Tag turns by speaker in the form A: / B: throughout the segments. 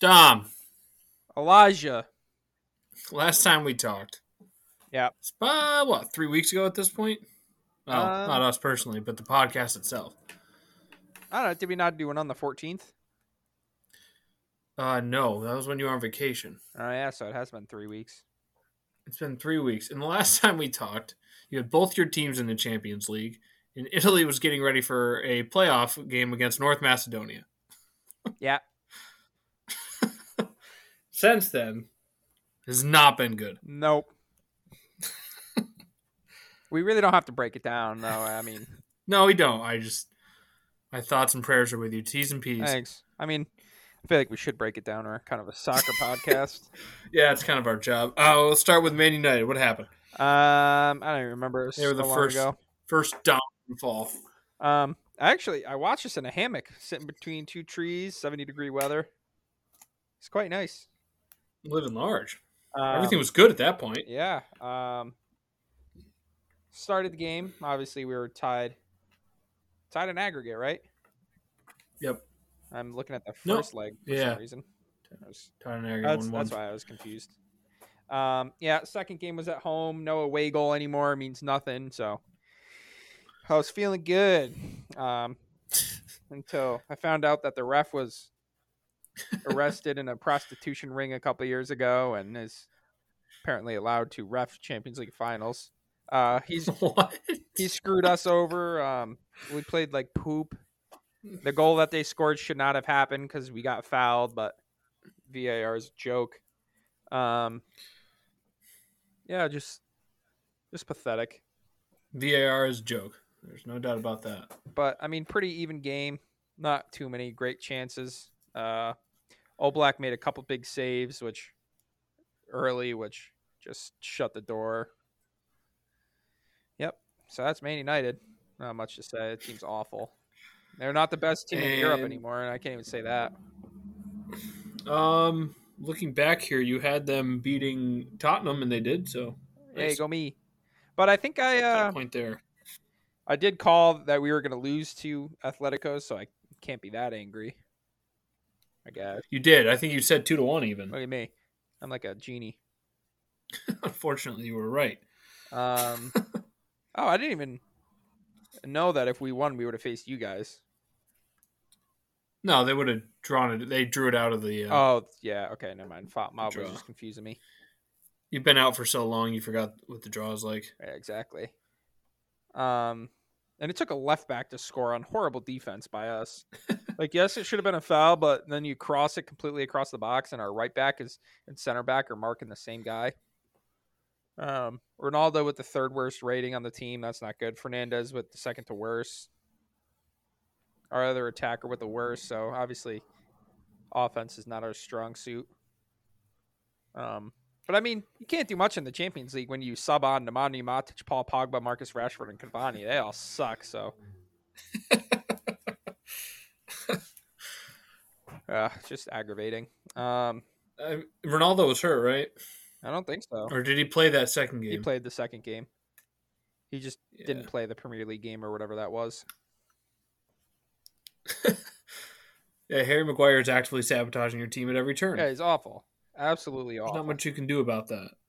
A: Dom,
B: Elijah.
A: last time we talked.
B: Yep.
A: It's about, what, three weeks ago at this point? Oh,
B: Um,
A: not us personally, but the podcast itself.
B: I don't know. Did we not do one on the 14th?
A: Uh, no, that was when you were on vacation.
B: Oh, yeah. So it has been three weeks.
A: It's been three weeks. And the last time we talked, you had both your teams in the Champions League, and Italy was getting ready for a playoff game against North Macedonia.
B: Yeah.
A: Since then, has not been good.
B: Nope. we really don't have to break it down, though. I mean,
A: No, we don't. I just, my thoughts and prayers are with you. T's and P's.
B: thanks. I mean, I feel like we should break it down. We're kind of a soccer podcast.
A: Yeah, it's kind of our job. Uh, let's start with Man United. What happened?
B: Um, I don't even remember. It was
A: They were the
B: so long
A: first.
B: ago.
A: First dominant fall.
B: Um, actually, I watched this in a hammock, sitting between two trees, seventy degree weather. It's quite nice.
A: Living large.
B: Um,
A: Everything was good at that point.
B: Yeah. Um, started the game. Obviously, we were tied. Tied in aggregate, right?
A: Yep.
B: I'm looking at the
A: No.
B: first leg for
A: Yeah.
B: some reason. I was-
A: Tyron Aggie
B: that's,
A: won
B: that's
A: one.
B: why I was confused. Um, yeah, second game was at home. No away goal anymore means nothing. So I was feeling good um, until I found out that the ref was arrested in a prostitution ring a couple years ago and is apparently allowed to ref Champions League finals. Uh, he's
A: what?
B: he screwed us over. Um, we played like poop. The goal that they scored should not have happened because we got fouled, but VAR's a joke. Um, yeah, just just pathetic.
A: VAR is a joke. There's no doubt about that.
B: But I mean, pretty even game. Not too many great chances. Uh, Oblak made a couple big saves, which early, which just shut the door. Yep. So that's Man United. Not much to say. The team's awful. They're not the best team in Europe
A: And-
B: anymore, and I can't even say that.
A: Um, looking back here, you had them beating Tottenham, and they did so.
B: Hey,
A: Nice.
B: go me. But I think I
A: Got a
B: uh,
A: point there.
B: I did call that we were going to lose to Atletico, so I can't be that angry. I guess.
A: You did. I think you said two to one. Even
B: Look at me. I'm like a genie.
A: unfortunately, you were right.
B: Um, oh, I didn't even know that if we won, we would have faced you guys.
A: No, they would have drawn it. They drew it out of the. Uh,
B: Oh, yeah. Okay, never mind. Fought mob was
A: Draw.
B: just confusing me.
A: you've been out for so long, you forgot what the draw is like.
B: Yeah, exactly. Um, and it took a left back to score on horrible defense by us. like, yes, it should have been a foul, but then you cross it completely across the box, and our right back is and center back are marking the same guy. Um, Ronaldo with the third worst rating on the team. That's not good. Fernandez with the second to worst. Our other attacker with the worst. So obviously, offense is not our strong suit. Um, but I mean, you can't do much in the Champions League when you sub on Nemanja Matic, Paul Pogba, Marcus Rashford, and Cavani. They all suck. So, uh, it's just aggravating. Um,
A: I, Ronaldo was hurt, right?
B: I don't think so.
A: Or did he play that second game?
B: Oh. He played the second game. He just
A: Yeah.
B: didn't play the Premier League game or whatever that was.
A: Yeah, Harry Maguire is actively sabotaging your team at every turn.
B: Yeah, he's awful. Absolutely
A: There's
B: awful.
A: not much you can do about that.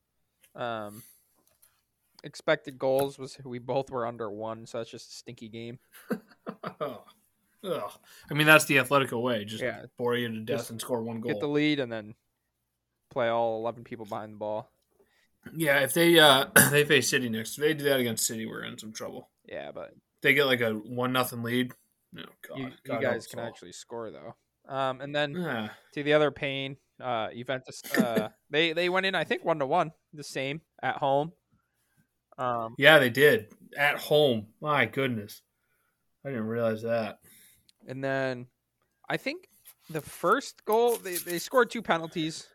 B: Um, expected goals was we both were under one, so that's just a stinky game.
A: Ugh. I mean, that's the Atletico way. Just
B: Yeah.
A: bore you to death
B: Just
A: and score one
B: Get the
A: goal.
B: lead and then play all eleven people behind the ball.
A: yeah, if they uh, they face City next, if they do that against City, we're in some trouble.
B: Yeah, but
A: If they get like a one nothing lead. No, God,
B: you, you
A: God help
B: guys
A: us
B: can
A: all.
B: actually score though. Um, and then
A: Yeah.
B: to the other pain, uh, Juventus. Uh, they they went in, I think, one to one, the same at home. Um,
A: yeah, they did at home. My goodness, I didn't realize that.
B: and then I think the first goal they, they scored two penalties,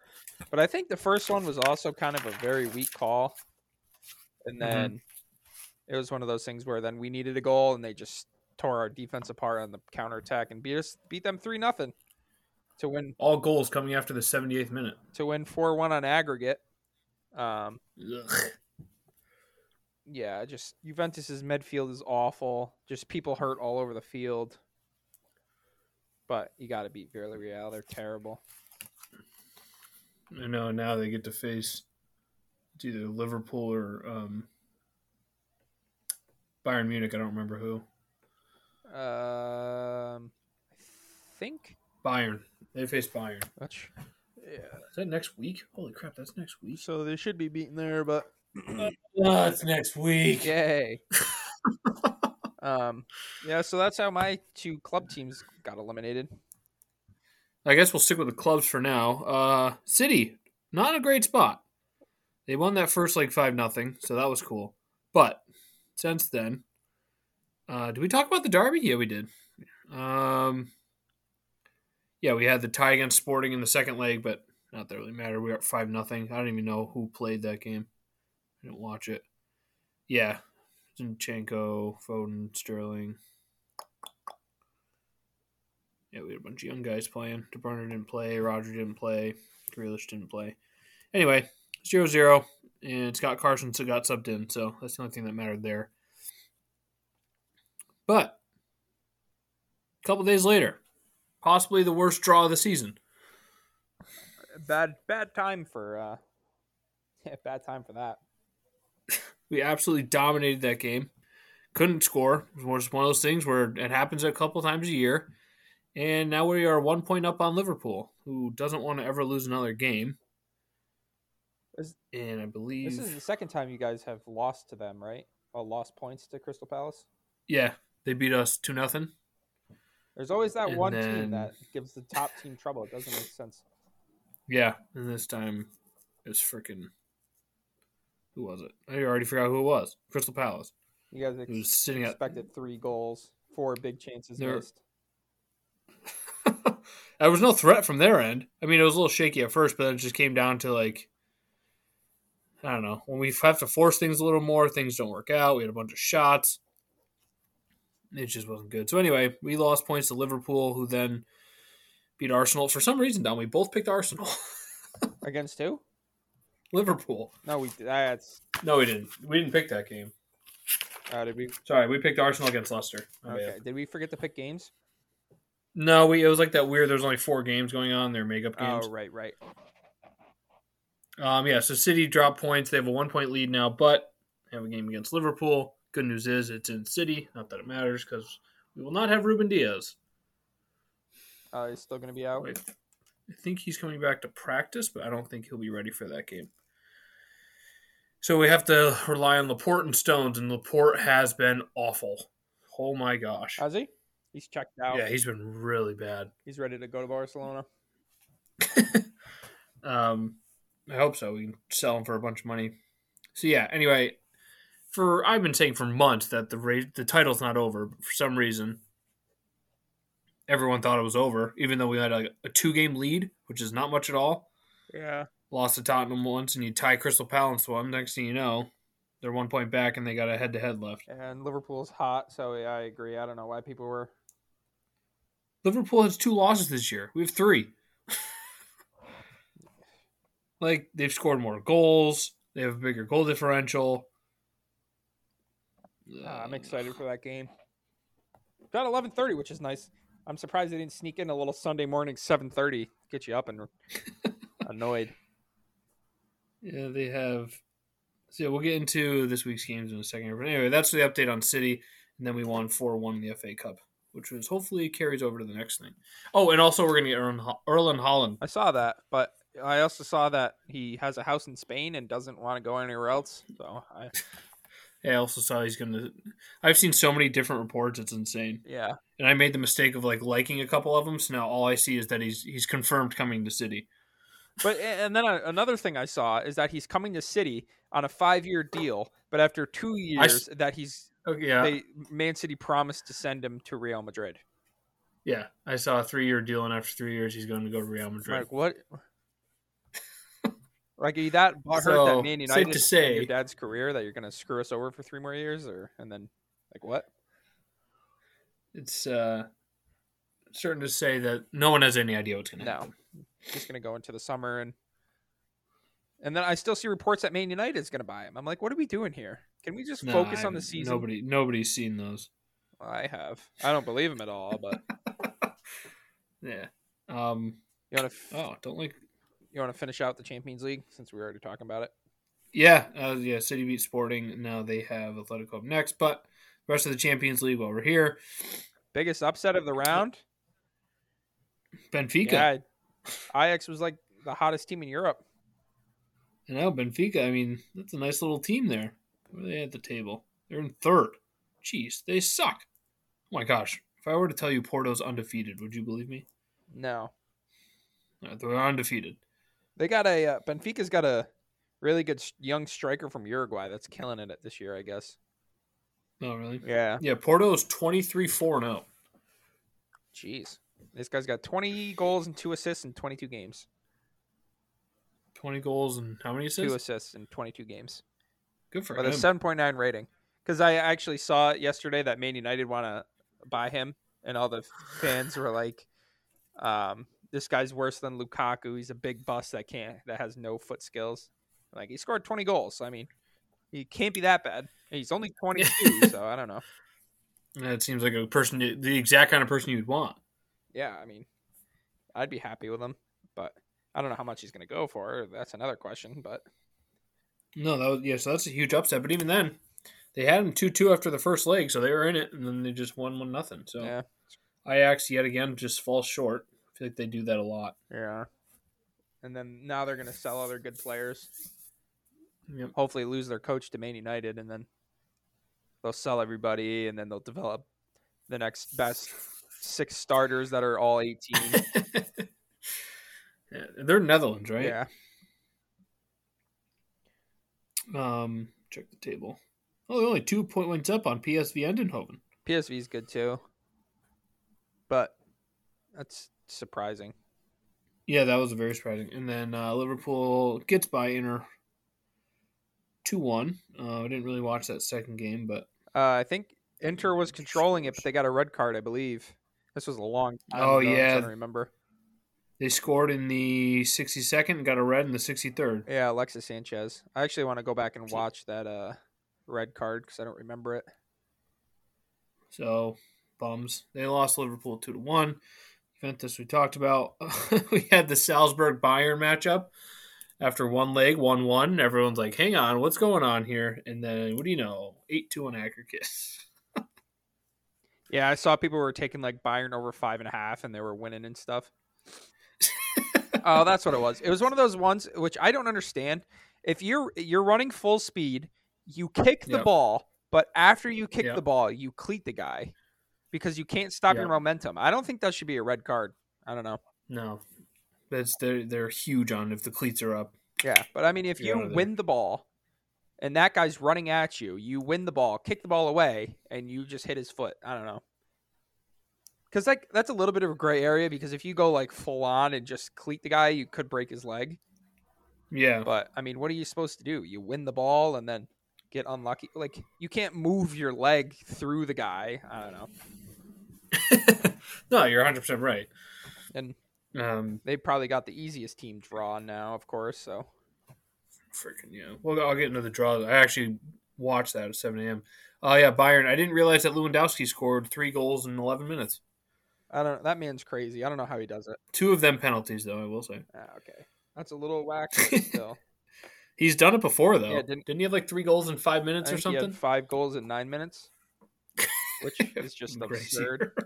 B: but I think the first one was also kind of a very weak call. And
A: Mhm.
B: then it was one of those things where then we needed a goal and they just tore our defense apart on the counterattack and beat us beat them three nothing to win
A: All goals coming after the 78th minute.
B: to win four one on aggregate. Um,
A: Ugh.
B: yeah, just Juventus's midfield is awful. Just people hurt all over the field. But you got to beat Villarreal; they're terrible.
A: I know now they get to face it's either Liverpool or um, Bayern Munich. I don't remember who.
B: Um, I think
A: Bayern. They face Bayern.
B: that's yeah.
A: Is that next week? Holy crap, that's next week.
B: So they should be beaten there, but
A: Oh, it's next week.
B: yay. um, yeah. So that's how my two club teams got eliminated.
A: I guess we'll stick with the clubs for now. Uh, City, not a great spot. They won that first like five nothing, so that was cool. But since then, uh, did we talk about the derby? Yeah, we did. Um, yeah, we had the tie against Sporting in the second leg, but not that really matter. We were up five nothing. I don't even know who played that game. I didn't watch it. Yeah, Zinchenko, Foden, Sterling. Yeah, we had a bunch of young guys playing. De Bruyne didn't play. Roger didn't play. Grealish didn't play. Anyway, 0 0. And Scott Carson still got subbed in. So that's the only thing that mattered there. But a couple days later, possibly the worst draw of the season.
B: Bad, bad time for. uh Yeah, bad time for that.
A: We absolutely dominated that game. Couldn't score. It was one of those things where it happens a couple times a year. And now we are one point up on Liverpool, who doesn't want to ever lose another game.
B: Is-
A: And I believe
B: This is the second time you guys have lost to them, right? Oh, lost points to Crystal Palace.
A: Yeah, they beat us two nothing.
B: There's always that
A: And
B: one
A: then-
B: team that gives the top team trouble. It doesn't make sense.
A: Yeah, and this time it's freaking. Who was it? I already forgot who it was. Crystal Palace.
B: You guys ex-
A: It was sitting at.
B: expected three goals, four big chances
A: They're-
B: missed.
A: there was no threat from their end. I mean, it was a little shaky at first, but then it just came down to like. I don't know. When we have to force things a little more, things don't work out. We had a bunch of shots. It just wasn't good. So anyway, we lost points to Liverpool, who then beat Arsenal for some reason. Don, we both picked Arsenal,
B: Against who?
A: Liverpool.
B: No, we that's
A: No, we didn't. We didn't pick that game.
B: uh, did we
A: Sorry, we picked Arsenal against Leicester. My bad.
B: okay. Did we forget to pick games?
A: No, we it was like that weird. There was only four games going on. They're makeup games.
B: Oh right, right.
A: Um, yeah. So City drop points. They have a one point lead now, but they have a game against Liverpool. Good news is it's in City. Not that it matters because we will not have Ruben Diaz.
B: Uh, he's still gonna be out.
A: Wait, I think he's coming back to practice, but I don't think he'll be ready for that game. So we have to rely on Laporte and Stones, and Laporte has been awful. Oh my gosh.
B: Has he? He's checked out.
A: Yeah, he's been really bad.
B: He's ready to go to Barcelona.
A: Um, I hope so. We can sell him for a bunch of money. So yeah. Anyway, for I've been saying for months that the ra- the title's not over. But for some reason, everyone thought it was over, even though we had like a two game lead, which is not much at all.
B: Yeah.
A: Lost to Tottenham once, and you tie Crystal Palace one. Next thing you know, they're one point back, and they got a head to head left.
B: And Liverpool's hot, so yeah, I agree. I don't know why people were.
A: Liverpool has two losses this year. We have three. like they've scored more goals. They have a bigger goal differential.
B: Uh, I'm excited for that game. Got 11:30, which is nice. I'm surprised they didn't sneak in a little Sunday morning 7:30, get you up and annoyed.
A: Yeah, they have. So yeah, we'll get into this week's games in a second. here. But anyway, that's the update on City, and then we won four one in the FA Cup, which was hopefully carries over to the next thing. Oh, and also we're gonna get Erlen, Ho- Erlen Holland.
B: I saw that, but I also saw that he has a house in Spain and doesn't want to go anywhere else. So I,
A: Yeah, I also saw he's gonna. I've seen so many different reports; it's insane.
B: yeah,
A: and I made the mistake of like liking a couple of them. So now all I see is that he's he's confirmed coming to City.
B: but and then a- another thing I saw is that he's coming to City on a five-year deal, but after two
A: s-
B: years that he's
A: Okay, Oh, yeah,
B: they Man City promised to send him to Real Madrid.
A: yeah. I saw a three year deal, and after three years, he's going to go to Real
B: I'm
A: Madrid.
B: Like what? like are you that butthurt
A: So,
B: that Man
A: safe
B: United
A: to
B: ruined
A: say-
B: your dad's career that you're gonna screw us over for three more years, or and then like what?
A: It's uh, certain to say that no one has any idea what's going to
B: No.
A: happen.
B: just gonna go into the summer and and then I still see reports that Man United is gonna buy him. I'm like, what are we doing here? Can we just
A: No,
B: focus
A: I
B: on the
A: haven't-
B: season?
A: Nobody, nobody's seen those.
B: I have. I don't believe him at all. But
A: Yeah. Um.
B: you want to?
A: Oh, don't like.
B: You want to finish out the Champions League since we were already talking about it?
A: Yeah, uh, yeah. City beat Sporting. Now they have Athletic Club next, but the rest of the Champions League while we're here,
B: Biggest upset of the round?
A: Benfica.
B: Yeah. Ajax was like the hottest team in Europe.
A: You know, Benfica, I mean, that's a nice little team there. Where are they at the table? They're in third. Jeez, they suck. Oh my gosh. If I were to tell you Porto's undefeated, would you believe me?
B: No.
A: Uh, They're undefeated.
B: They got a uh, Benfica's got a really good s- young striker from Uruguay that's killing it this year, I guess.
A: No, really?
B: Yeah.
A: Yeah, Porto is 23 4 0.
B: Jeez. This guy's got 20 goals and 2 assists in 22 games.
A: 20 goals and how many
B: 2
A: assists?
B: assists in 22 games.
A: Good for
B: With
A: him.
B: a 7.9 rating. Cuz I actually saw it yesterday that Man United want to buy him and all the fans were like um this guy's worse than Lukaku. He's a big bust that can't that has no foot skills. Like he scored 20 goals. I mean, he can't be that bad. And He's only 22, so I don't know.
A: That seems like a person, you- the exact kind of person you'd want.
B: yeah, I mean, I'd be happy with him, but I don't know how much he's going to go for. That's another question, but
A: No, that was, yeah, so that's a huge upset. But even then, they had him 2 2 after the first leg, so they were in it, and then they just won 1 nothing. So
B: yeah,
A: Ajax, yet again, just falls short. I feel like they do that a lot.
B: yeah. And then now they're going to sell other good players.
A: Yep.
B: Hopefully, lose their coach to Man United, and then they'll sell everybody, and then they'll develop the next best six starters that are all eighteen.
A: Yeah, They're Netherlands, right?
B: Yeah,
A: Um, check the table. Oh, they're only two point ones up on PSV Eindhoven.
B: PSV's good too, but that's surprising.
A: Yeah, that was very surprising. And then uh, Liverpool gets by Inter two one. Uh, I didn't really watch that second game, but
B: Uh, I think Inter was controlling it, but they got a red card, I believe. This was a long time.
A: Oh,
B: ago, I'm
A: yeah.
B: trying to remember.
A: they scored in the sixty second and got a red in the sixty third.
B: Yeah, Alexis Sanchez. I actually want to go back and watch that uh red card because I don't remember it.
A: So bums. They lost Liverpool two to one. Juventus we talked about. we had the Salzburg Bayern matchup. After one leg, one one, everyone's like, "Hang on, what's going on here?" And then, what do you know? Eight two on Hacker Kiss.
B: Yeah, I saw people were taking like Bayern over five and a half, and they were winning and stuff. oh, that's what it was. It was one of those ones which I don't understand. If you're you're running full speed, you kick the
A: Yep.
B: ball, but after you kick
A: Yep.
B: the ball, you cleat the guy because you can't stop your
A: Yep.
B: momentum. I don't think that should be a red card. I don't know.
A: No, that's they're they're huge on if the cleats are up.
B: Yeah, but uh, I mean, if
A: You're out
B: you
A: of there.
B: win the ball and that guy's running at you, you win the ball, kick the ball away, and you just hit his foot. I don't know. Because like that's a little bit of a gray area because if you go like full on and just cleat the guy, you could break his leg.
A: Yeah,
B: But I mean, what are you supposed to do? You win the ball and then get unlucky. Like you can't move your leg through the guy. I don't know.
A: no, you're 100 percent right.
B: And
A: Um,
B: they probably got the easiest team draw now, of course. So
A: freaking yeah. Well, I'll get into the draw. I actually watched that at 7 a.m. Oh yeah, Byron. I didn't realize that Lewandowski scored three goals in 11 minutes.
B: I don't. That man's crazy. I don't know how he does it.
A: Two of them penalties, though. I will say
B: Ah, okay, that's a little wacky still.
A: he's done it before, though.
B: Yeah,
A: didn't,
B: didn't-
A: he have like three goals in five minutes
B: I
A: or
B: think he had
A: something?
B: five goals in nine minutes, which is just
A: Crazy.
B: absurd.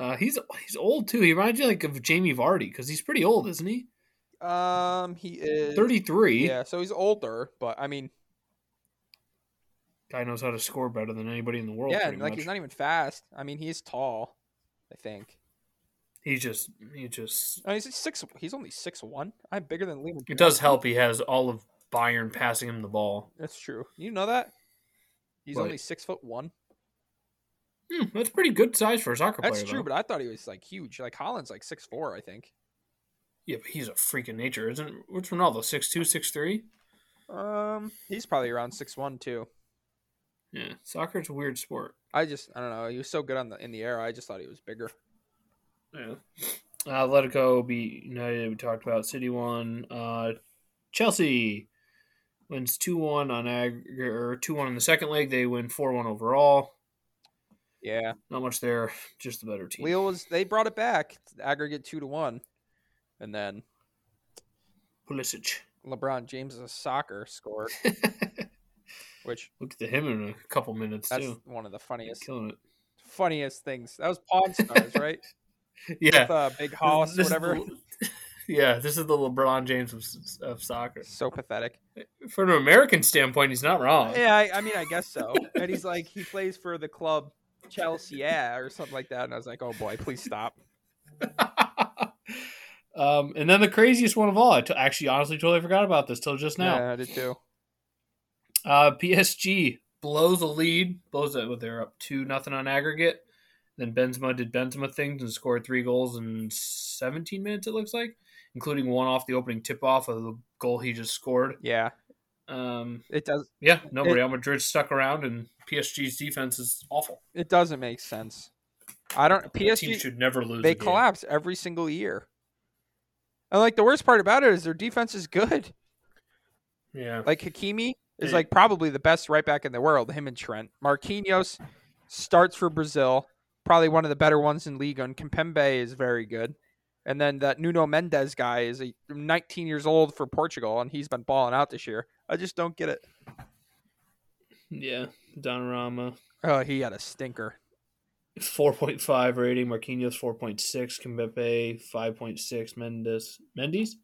A: Uh, he's he's old too. He reminds you like of Jamie Vardy because he's pretty old, isn't he?
B: Um, he is
A: 33.
B: Yeah, so he's older, but I mean,
A: Guy knows how to score better than anybody in the world.
B: yeah,
A: pretty
B: and, like
A: much.
B: he's not even fast. I mean, he's tall. I think.
A: He just, he just.
B: Oh, he's six. He's only six one. I'm bigger than Lehman.
A: It does help. He has all of Bayern passing him the ball.
B: That's true. You know that? He's
A: What?
B: only six foot one.
A: Hmm, that's pretty good size for a soccer player.
B: That's true,
A: though.
B: but I thought he was like huge. Like Holland's like six four, I think.
A: yeah, but he's a freak of nature, isn't? What's Ronaldo? Six two, six three.
B: Um, he's probably around six one too.
A: Yeah, soccer's a weird sport.
B: I just I don't know. He was so good on the in the air. I just thought he was bigger.
A: Yeah. Uh, Atletico beat United. We talked about City one. Uh, Chelsea wins two one on ag- or two one in the second leg. They win four one overall.
B: Yeah.
A: Not much there. Just the better team.
B: Lille was they brought it back aggregate two to one, and then
A: Pulisic.
B: LeBron James is a soccer scorer, which
A: Look at him in a couple minutes
B: that's
A: too.
B: one of the
A: He's
B: funniest
A: killing
B: funniest things. That was Pawn Stars, right?
A: it. Yeah.
B: With, uh, Big Hoss,
A: This is
B: whatever.
A: the- yeah, this is the LeBron James of, of soccer.
B: So pathetic.
A: From an American standpoint, he's not wrong.
B: Yeah, I, I mean, I guess so. And he's like, he plays for the club Chelsea, yeah, or something like that. And I was like, oh boy, please stop.
A: um, and then the craziest one of all, I t- actually honestly totally forgot about this till just now.
B: Yeah, I did too.
A: Uh, PSG blows a lead, blows it. What they're up two nothing on aggregate. Then Benzema did Benzema things and scored three goals in 17 minutes. It looks like, including one off the opening tip off of the goal he just scored.
B: Yeah,
A: Um,
B: it does.
A: yeah, no,
B: It-
A: Real Madrid stuck around, and PSG's defense is awful.
B: It doesn't make sense. I don't.
A: The team
B: PSG
A: should never lose.
B: they
A: a game.
B: collapse every single year. And like the worst part about it is their defense is good.
A: Yeah,
B: Like Hakimi is
A: Yeah.
B: like probably the best right back in the world. Him and Trent Marquinhos starts for Brazil, probably one of the better ones in league. And Kempembe is very good. And then that Nuno Mendes guy is a 19 years old for Portugal, and he's been balling out this year. I just don't get it.
A: yeah. Donnarumma,
B: Oh, he had a stinker.
A: 4.5 rating. Marquinhos 4.6. Kimpembe 5.6. Mendes Mendes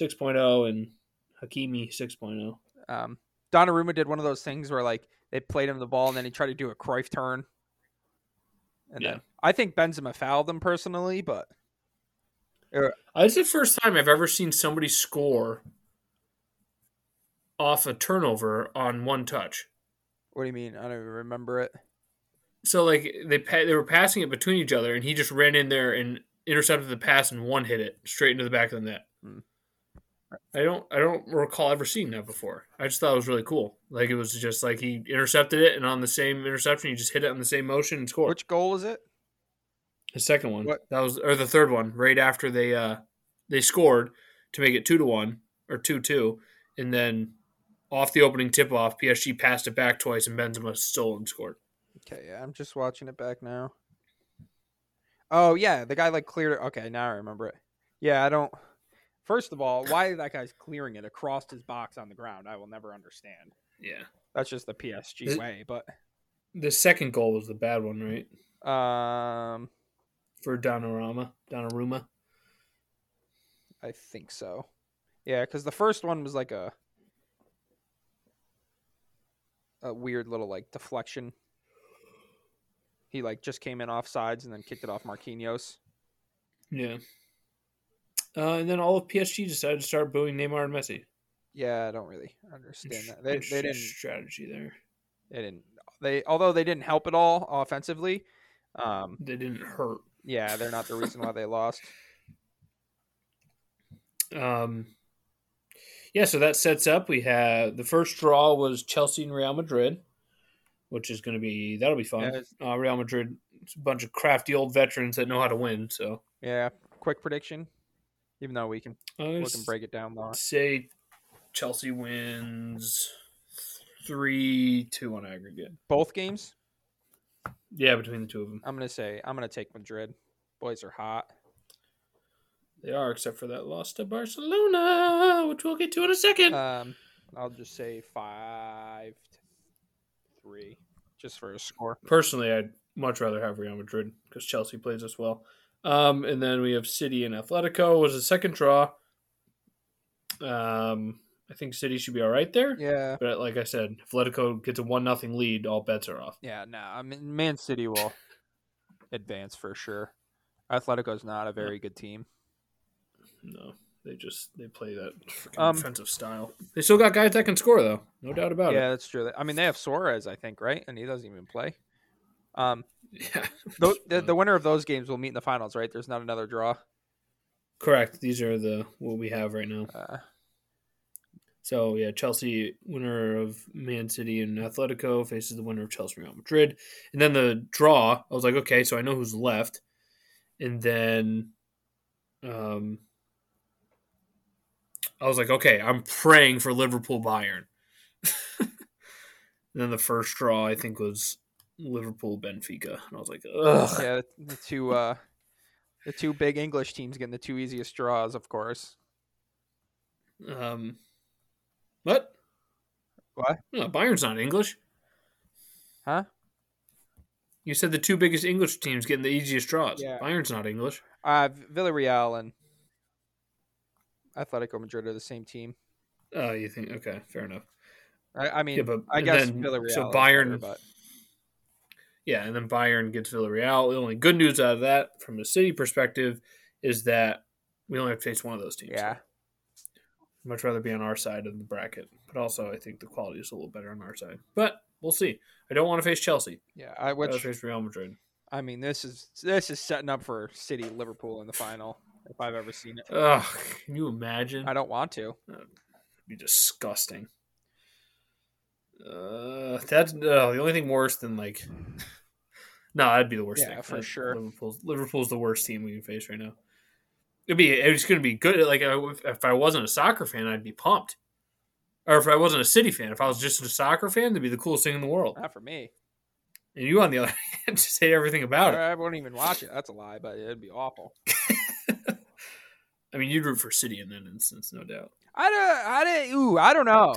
A: 6.0 and Hakimi oh. 6.0.
B: Um, Donnarumma did one of those things where like they played him the ball and then he tried to do a Cruyff turn. And
A: Yeah.
B: then I think Benzema fouled him personally, but
A: Uh, It's the first time I've ever seen somebody score off a turnover on one touch.
B: what do you mean? I don't even remember it.
A: So like they pa- they were passing it between each other, and he just ran in there and intercepted the pass and one hit it straight into the back of the net.
B: Hmm.
A: I don't I don't recall ever seeing that before. I just thought it was really cool. Like it was just like he intercepted it, and on the same interception, he just hit it on the same motion and scored.
B: Which goal is it?
A: The second one.
B: What-
A: That was or the third one, right after they uh they scored to make it two to one or two two, and then off the opening tip off, PSG passed it back twice and Benzema stole and scored.
B: Okay, yeah, I'm just watching it back now. Oh yeah, the guy like cleared it. Okay, now I remember it. Yeah, I don't. First of all, why that guy's clearing it across his box on the ground, I will never understand.
A: Yeah.
B: That's just the PSG
A: Is-
B: way. But
A: The second goal was the bad one, right?
B: um,
A: For Donnarumma. Donnarumma.
B: I think so. Yeah, because the first one was like a a weird little like deflection. He like just came in off sides and then kicked it off Marquinhos.
A: Yeah. Uh, and then all of PSG decided to start booing Neymar and Messi.
B: Yeah, I don't really understand that. They, they
A: Interesting
B: didn't.
A: strategy there.
B: They didn't. They although they didn't help at all offensively. Um,
A: They didn't hurt.
B: yeah, they're not the reason why they lost.
A: Um, yeah, so that sets up. We have the first draw was Chelsea and Real Madrid, which is going to be that'll be
B: Yeah,
A: fun.
B: it's-
A: Uh, Real Madrid, it's a bunch of crafty old veterans that know how to win. So
B: yeah. Quick prediction, even though we can
A: I
B: we can break it down more.
A: say Chelsea wins three two on aggregate.
B: Both games,
A: Yeah, between the two of them,
B: I'm gonna say I'm gonna take Madrid. Boys are hot.
A: they are except for that loss to Barcelona, which we'll get to in a second.
B: Um, I'll just say five to three, just for a score.
A: personally, I'd much rather have Real Madrid because Chelsea plays us well. Um, and then we have City and Atletico was the second draw. Um, I think City should be all right there.
B: Yeah,
A: But like I said, if Atletico gets a one nothing lead, all bets are off.
B: yeah. No, I mean Man City will advance for sure. Atletico's not a very good team.
A: No, they just they play that freaking
B: Um,
A: offensive style. They still got guys that can score though, no doubt about
B: yeah,
A: it.
B: that's true. I mean, they have Suarez, I think, right? And he doesn't even play. Um,
A: Yeah,
B: tho- the, the winner of those games will meet in the finals, right? There's not another draw.
A: correct. These are the what we have right now.
B: Uh,
A: So yeah, Chelsea winner of Man City and Atletico faces the winner of Chelsea and Real Madrid, and then the draw. I was like, okay, so I know who's left, and then, um, I was like, okay, I'm praying for Liverpool Bayern. and then the first draw I think was Liverpool Benfica, and I was like, ugh,
B: yeah, the two uh, the two big English teams getting the two easiest draws, of course.
A: Um, what?
B: What?
A: No, Bayern's not English.
B: Huh?
A: You said the two biggest English teams getting the easiest draws.
B: Yeah.
A: Bayern's not English.
B: Uh, Villarreal and Atletico Madrid are the same team.
A: Oh, you think? Okay, fair enough.
B: I, I mean,
A: Yeah, but
B: I
A: and
B: guess
A: then-
B: Villarreal.
A: So
B: is
A: Bayern,
B: better, but
A: yeah, and then Bayern gets Villarreal. The only good news out of that, from a city perspective, is that we only have to face one of those teams.
B: yeah,
A: I'd much rather be on our side of the bracket, but also I think the quality is a little better on our side. But we'll see. I don't want to face Chelsea.
B: yeah. I,
A: I'd rather
B: which
A: face Real Madrid.
B: I mean, this is this is setting up for City Liverpool in the final if I've ever seen it.
A: Ugh, can you imagine?
B: I don't want to.
A: be disgusting. Uh, that's no, the only thing worse than like. No, that'd be the worst
B: Yeah,
A: thing
B: for
A: That-
B: sure.
A: Liverpool's Liverpool's the worst team we can face right now. It'd be it's going to be good. Like I- if I wasn't a soccer fan, I'd be pumped. Or if I wasn't a City fan, if I was just a soccer fan, that'd be the coolest thing in the world.
B: Not for me.
A: And you, on the other hand, just hate everything about it.
B: I won't even watch it. That's a lie, but it'd be awful.
A: I mean, you'd root for City in that instance, no doubt.
B: I don't. I don't. Ooh, I don't know.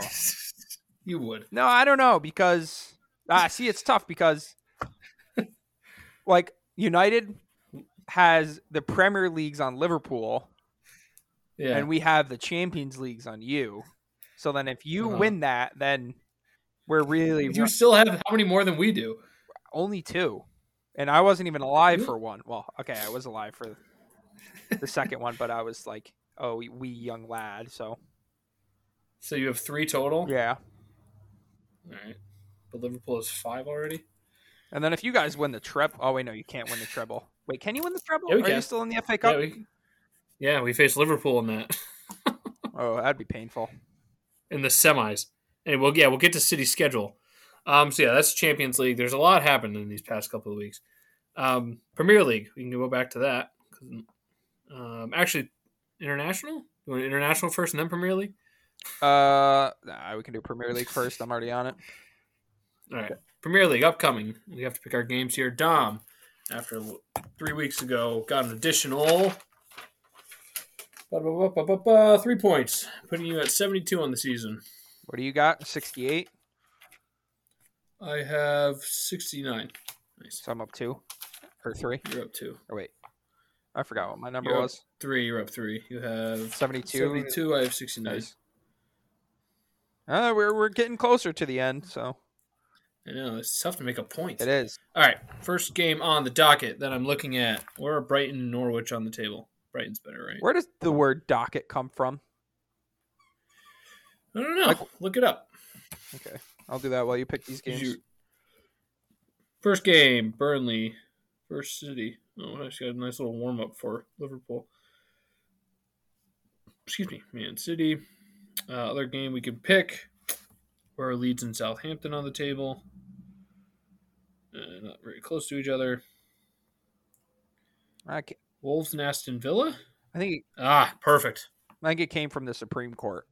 A: you would.
B: No, I don't know because ah, see, it's tough because like United has the Premier Leagues on Liverpool,
A: Yeah.
B: and we have the Champions Leagues on you. So then, if you
A: Uh-huh.
B: win that, then we're really
A: you still have how many more than we do?
B: only two, and I wasn't even alive
A: Really?
B: for one. Well, okay, I was alive for the second one, but I was like, oh, we, we young lad. So
A: So you have three total.
B: yeah.
A: All right. But Liverpool has five already?
B: And then if you guys win the treble, oh wait, no, you can't win the treble. Wait, can you win the treble?
A: Yeah, we
B: Are you
A: can.
B: still in the FA Cup?
A: Yeah, we, yeah, we faced Liverpool in that
B: Oh, that'd be painful.
A: in the semis. And we'll yeah, we'll get to City's schedule. Um so yeah, that's Champions League. There's a lot happened in these past couple of weeks. Um Premier League, we can go back to that. Um actually international? You want international first and then Premier League?
B: Uh, nah, we can do Premier League first. I'm already on it.
A: All right. Premier League upcoming. We have to pick our games here. Dom, after l- three weeks ago, got an additional ba-ba-ba-ba-ba-ba, three points, putting you at 72 on the season.
B: What do you got? 68.
A: I have 69. Nice.
B: So I'm up two or three.
A: You're up two.
B: Or wait, I forgot what my number
A: You're up
B: was.
A: Three, you're up three. You have
B: 72.
A: 72, I have 69.
B: Nice. Uh, we're we're getting closer to the end, so
A: I know, it's tough to make a point.
B: it is.
A: All right, first game on the docket that I'm looking at. Where are Brighton and Norwich on the table? Brighton's better, right?
B: Where does the word docket come from?
A: I don't know. Look it up.
B: Okay, I'll do that while you pick these games.
A: You- First game, Burnley versus City. Oh, I actually got a nice little warm up for Liverpool. Excuse me, Man City. Uh, other game we can pick. Where are Leeds and Southampton on the table? Uh, not very close to each other.
B: I, ca-
A: Wolves and Aston Villa.
B: I think
A: Ah, perfect.
B: I think it came from the Supreme Court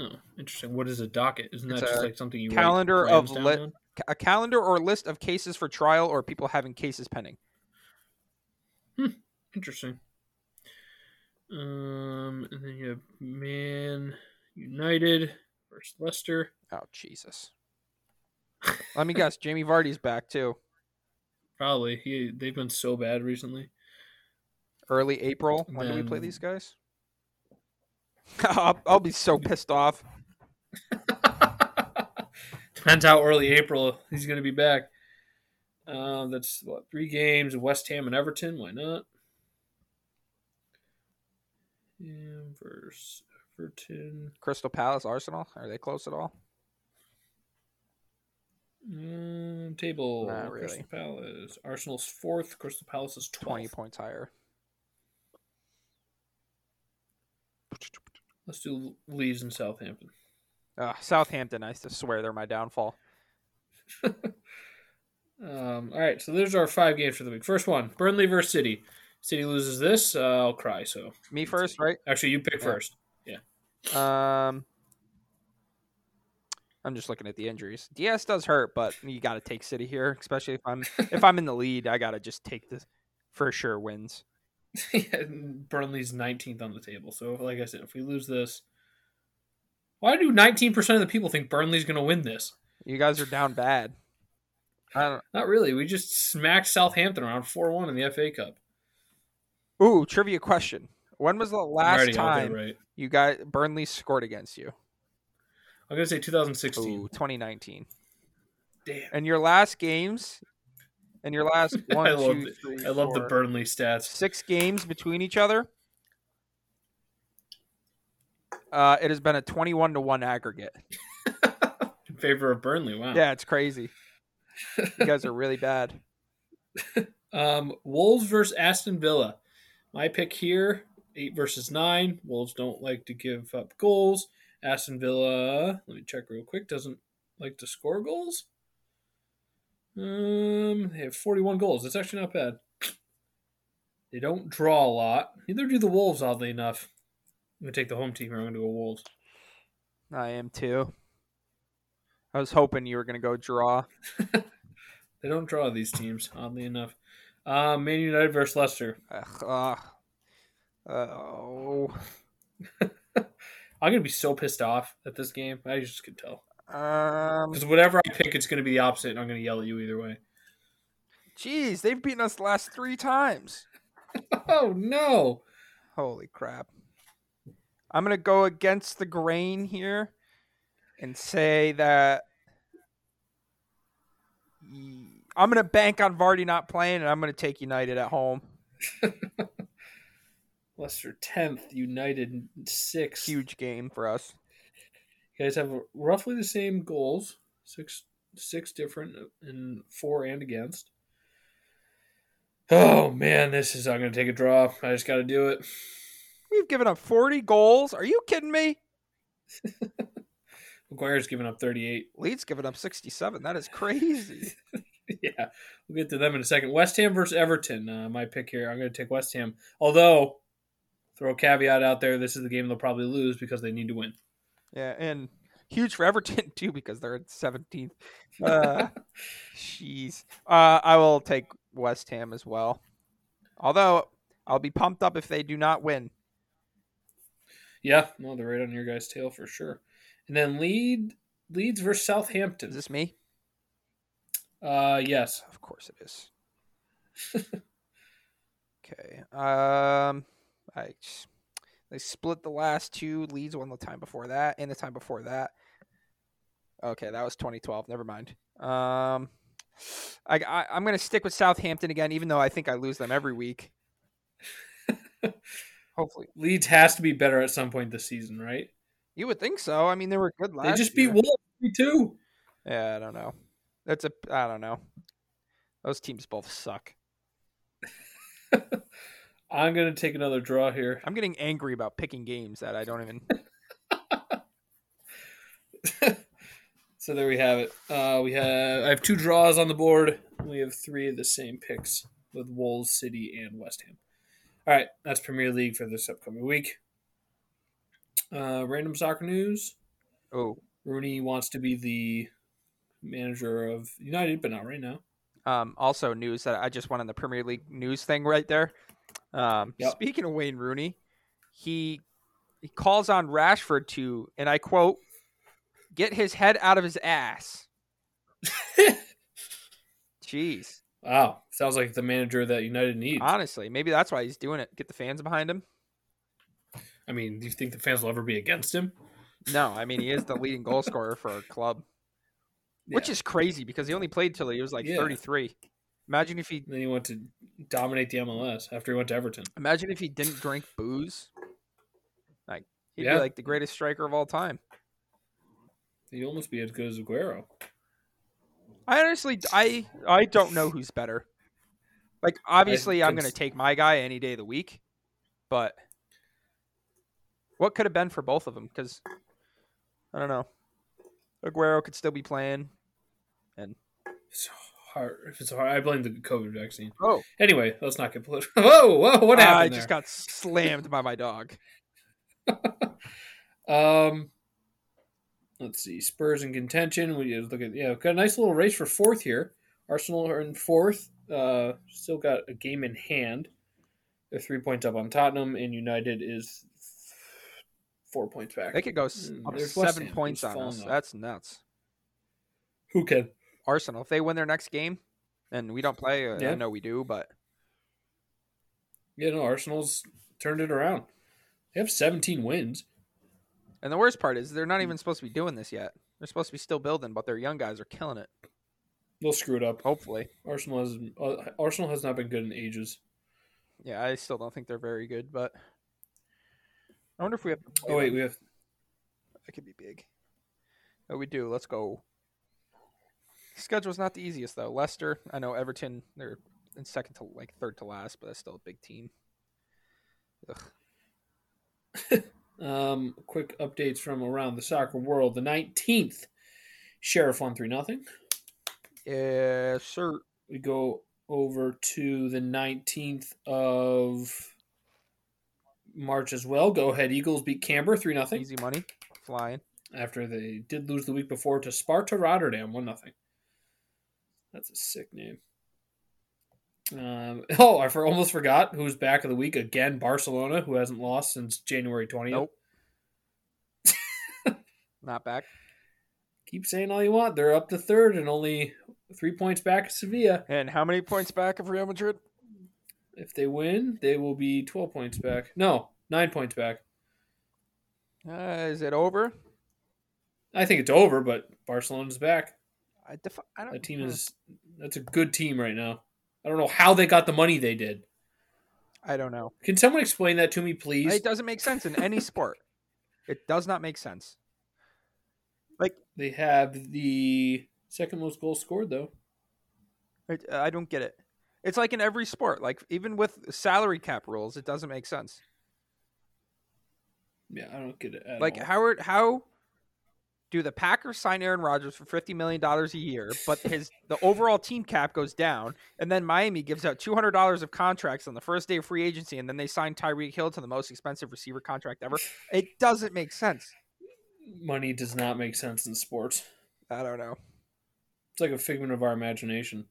A: Oh, interesting. What is a docket? Isn't that
B: It's
A: just
B: a
A: like something you write
B: calendar
A: plans
B: of
A: down
B: lit-
A: on?
B: Ca- a calendar or list of cases for trial or people having cases pending.
A: Interesting. Um, and then you have Man United versus Leicester.
B: Oh Jesus! Let me guess. Jamie Vardy's back too.
A: Probably he they've been so bad recently.
B: early April. When do we play
A: Then-
B: these guys? I'll, I'll be so pissed off.
A: Depends how early April he's going to be back. Um, that's what three games: West Ham and Everton. Why not? Ham versus Everton.
B: Crystal Palace, Arsenal. Are they close at all?
A: Um, table.
B: Not
A: Crystal Palace. Arsenal's fourth. Crystal Palace is
B: 20
A: twelfth.
B: points higher.
A: Let's do Leeds and Southampton.
B: Uh, Southampton, I s- swear they're my downfall.
A: Um, all right, so there's our five games for the week. First one, Burnley versus City. City loses this, uh, I'll cry. So
B: Me first, right?
A: actually, you pick
B: Yeah.
A: first.
B: Um, I'm just looking at the injuries. DS does hurt, but you got to take City here, especially if I'm if I'm in the lead. I got to just take this for sure wins.
A: Yeah, Burnley's 19th on the table. So, like I said, if we lose this, why do 19% of the people think Burnley's going to win this?
B: You guys are down bad. I don't.
A: Not really. We just smacked Southampton around 4 1 in the FA Cup.
B: Ooh, trivia question. When was the
A: I
B: last
A: already got that
B: time
A: right.
B: you guys Burnley scored against you?
A: I'm going to say 2016.
B: Ooh, 2019.
A: Damn.
B: And your last games, and your last one,
A: I love
B: two,
A: the-
B: three,
A: I love the
B: four,
A: Burnley stats.
B: six games between each other. Uh, it has been a 21 to 1 aggregate.
A: In favor of Burnley. Wow.
B: Yeah, it's crazy. You guys are really bad.
A: Um, Wolves versus Aston Villa. My pick here, eight versus nine. Wolves don't like to give up goals. Aston Villa, let me check real quick, doesn't like to score goals. Um, they have 41 goals. That's actually not bad. They don't draw a lot. Neither do the Wolves, oddly enough. I'm gonna take the home team here. I'm gonna go Wolves.
B: I am too. I was hoping you were going to go draw.
A: They don't draw these teams, oddly enough. Um, Man United versus Leicester.
B: Ugh, ugh. Oh.
A: I'm gonna be so pissed off at this game. I just could tell.
B: Um,
A: Because whatever I pick, it's going to be the opposite, and I'm going to yell at you either way.
B: Jeez, they've beaten us the last three times.
A: Oh no!
B: Holy crap. I'm going to go against the grain here and say that Ye- I'm going to bank on Vardy not playing and I'm going to take United at home.
A: Leicester tenth, United sixth. You
B: Huge game for us.
A: guys have roughly the same goals, six six different uh, in for and against. Oh man, this is I'm going to take a draw. I just got to do it.
B: We've given up 40 goals. Are you kidding me?
A: McGuire's giving up 38.
B: Leeds giving up 67. That is crazy.
A: yeah, we'll get to them in a second. West Ham versus Everton. Uh, my pick here. I'm going to take West Ham. Although, throw a caveat out there. This is the game they'll probably lose because they need to win.
B: yeah, and huge for Everton too because they're in 17th. Uh, Jeez. Uh, I will take West Ham as well. Although I'll be pumped up if they do not win.
A: Yeah, no, they're right on your guy's tail for sure. And then lead Leeds versus
B: Is
A: Southampton.
B: this me?
A: Uh, yes,
B: Of course it is. okay. Um, I s- they split the last two. Leeds won the time before that, and the time before that. Okay, that was 2012. Never mind. Um, I, I I'm gonna stick with Southampton again, even though I think I lose them every week. Hopefully,
A: Leeds has to be better at some point this season, right?
B: you would think so. I mean, they were good last.
A: they just
B: year.
A: beat Wolves three two.
B: Yeah, I don't know. That's a I don't know. Those teams both suck.
A: I'm gonna take another draw here.
B: I'm getting angry about picking games that I don't even.
A: So there we have it. Uh, we have I have two draws on the board. We have three of the same picks with Wolves, City, and West Ham. All right, that's Premier League for this upcoming week. Uh, random soccer news.
B: Oh,
A: Rooney wants to be the manager of United, but not right now.
B: um, also news that I just went on the Premier League news thing right there. Um,
A: Yep.
B: Speaking of Wayne Rooney, he he calls on Rashford to, and I quote, "Get his head out of his ass." Jeez,
A: Wow, sounds like the manager that United needs.
B: honestly, maybe that's why he's doing it. Get the fans behind him.
A: I mean, do you think the fans will ever be against him?
B: No, I mean he is the leading goal scorer for our club, which
A: Yeah.
B: is crazy because he only played till he was like
A: Yeah.
B: 33. Imagine if he
A: And then he went to dominate the MLS after he went to Everton.
B: imagine if he didn't drink booze. Like he'd
A: Yeah.
B: be like the greatest striker of all time.
A: He'd almost be as good as Aguero.
B: I honestly, d- I I don't know who's better. Like, obviously, I'm
A: think
B: going to
A: s-
B: take my guy any day of the week, but what could have been for both of them? Because I don't know. Aguero could still be playing.
A: It's hard. If it's hard, I blame the COVID vaccine.
B: Oh,
A: Anyway, let's not get political. Whoa, whoa, what happened?
B: I
A: there?
B: Ah, just got slammed by my dog.
A: Um, let's see. Spurs in contention. We just look at yeah, we've got a nice little race for fourth here. Arsenal are in fourth. Uh, still got a game in hand. They're three points up on Tottenham, and United is f- four points back.
B: They could go s-
A: Mm,
B: up
A: there's West
B: seven
A: Ham,
B: points
A: who's
B: on us.
A: falling off.
B: That's nuts.
A: Who can?
B: Arsenal, if they win their next game, and we don't play, uh,
A: Yeah.
B: I know we do, but
A: You know, Arsenal's turned it around. They have 17 wins.
B: and the worst part is they're
A: Hmm.
B: not even supposed to be doing this yet. They're supposed to be still building, but their young guys are killing it.
A: They'll screw it up.
B: Hopefully,
A: Arsenal has uh, Arsenal has not been good in ages.
B: yeah. I still don't think they're very good, but I wonder if we have. to play
A: Oh wait,
B: them.
A: we have
B: that could be big. Oh, we do. Let's go. Schedule's not the easiest though. Leicester, I know Everton, they're in second to like third to last, but that's still a big team. Ugh.
A: um, quick updates from around the soccer world. The 19th, Sheriff won 3 nothing.
B: Yeah, sir.
A: we go over to the 19th of March as well. Go ahead, Eagles beat Canberra 3 0
B: Easy money, flying.
A: after they did lose the week before to Sparta Rotterdam 1 0. That's a sick name. Um, oh, I for, almost forgot who's back of the week again. Barcelona, who hasn't lost since January 20th.
B: Nope. Not back.
A: Keep saying all you want. They're up to third and only three points back of Sevilla.
B: And how many points back of Real Madrid?
A: If they win, they will be 12 points back. No, nine points back.
B: Uh, is it over?
A: I think it's over, but Barcelona's back.
B: I, defi- I don't.
A: That team
B: uh,
A: is that's a good team right now. I don't know how they got the money they did.
B: I don't know.
A: Can someone explain that to me, please?
B: It doesn't make sense in any sport. It does not make sense.
A: They have the second most goals scored though.
B: It, I don't get it. It's like in every sport. Like even with salary cap rules, it doesn't make sense.
A: Yeah, I don't get it. At
B: Like
A: all.
B: how are, how do the Packers sign Aaron Rodgers for fifty million dollars a year, but his the overall team cap goes down, and then Miami gives out two hundred dollars of contracts on the first day of free agency, and then they sign Tyreek Hill to the most expensive receiver contract ever. It doesn't make sense.
A: money does not make sense in sports.
B: I don't know.
A: It's like a figment of our imagination.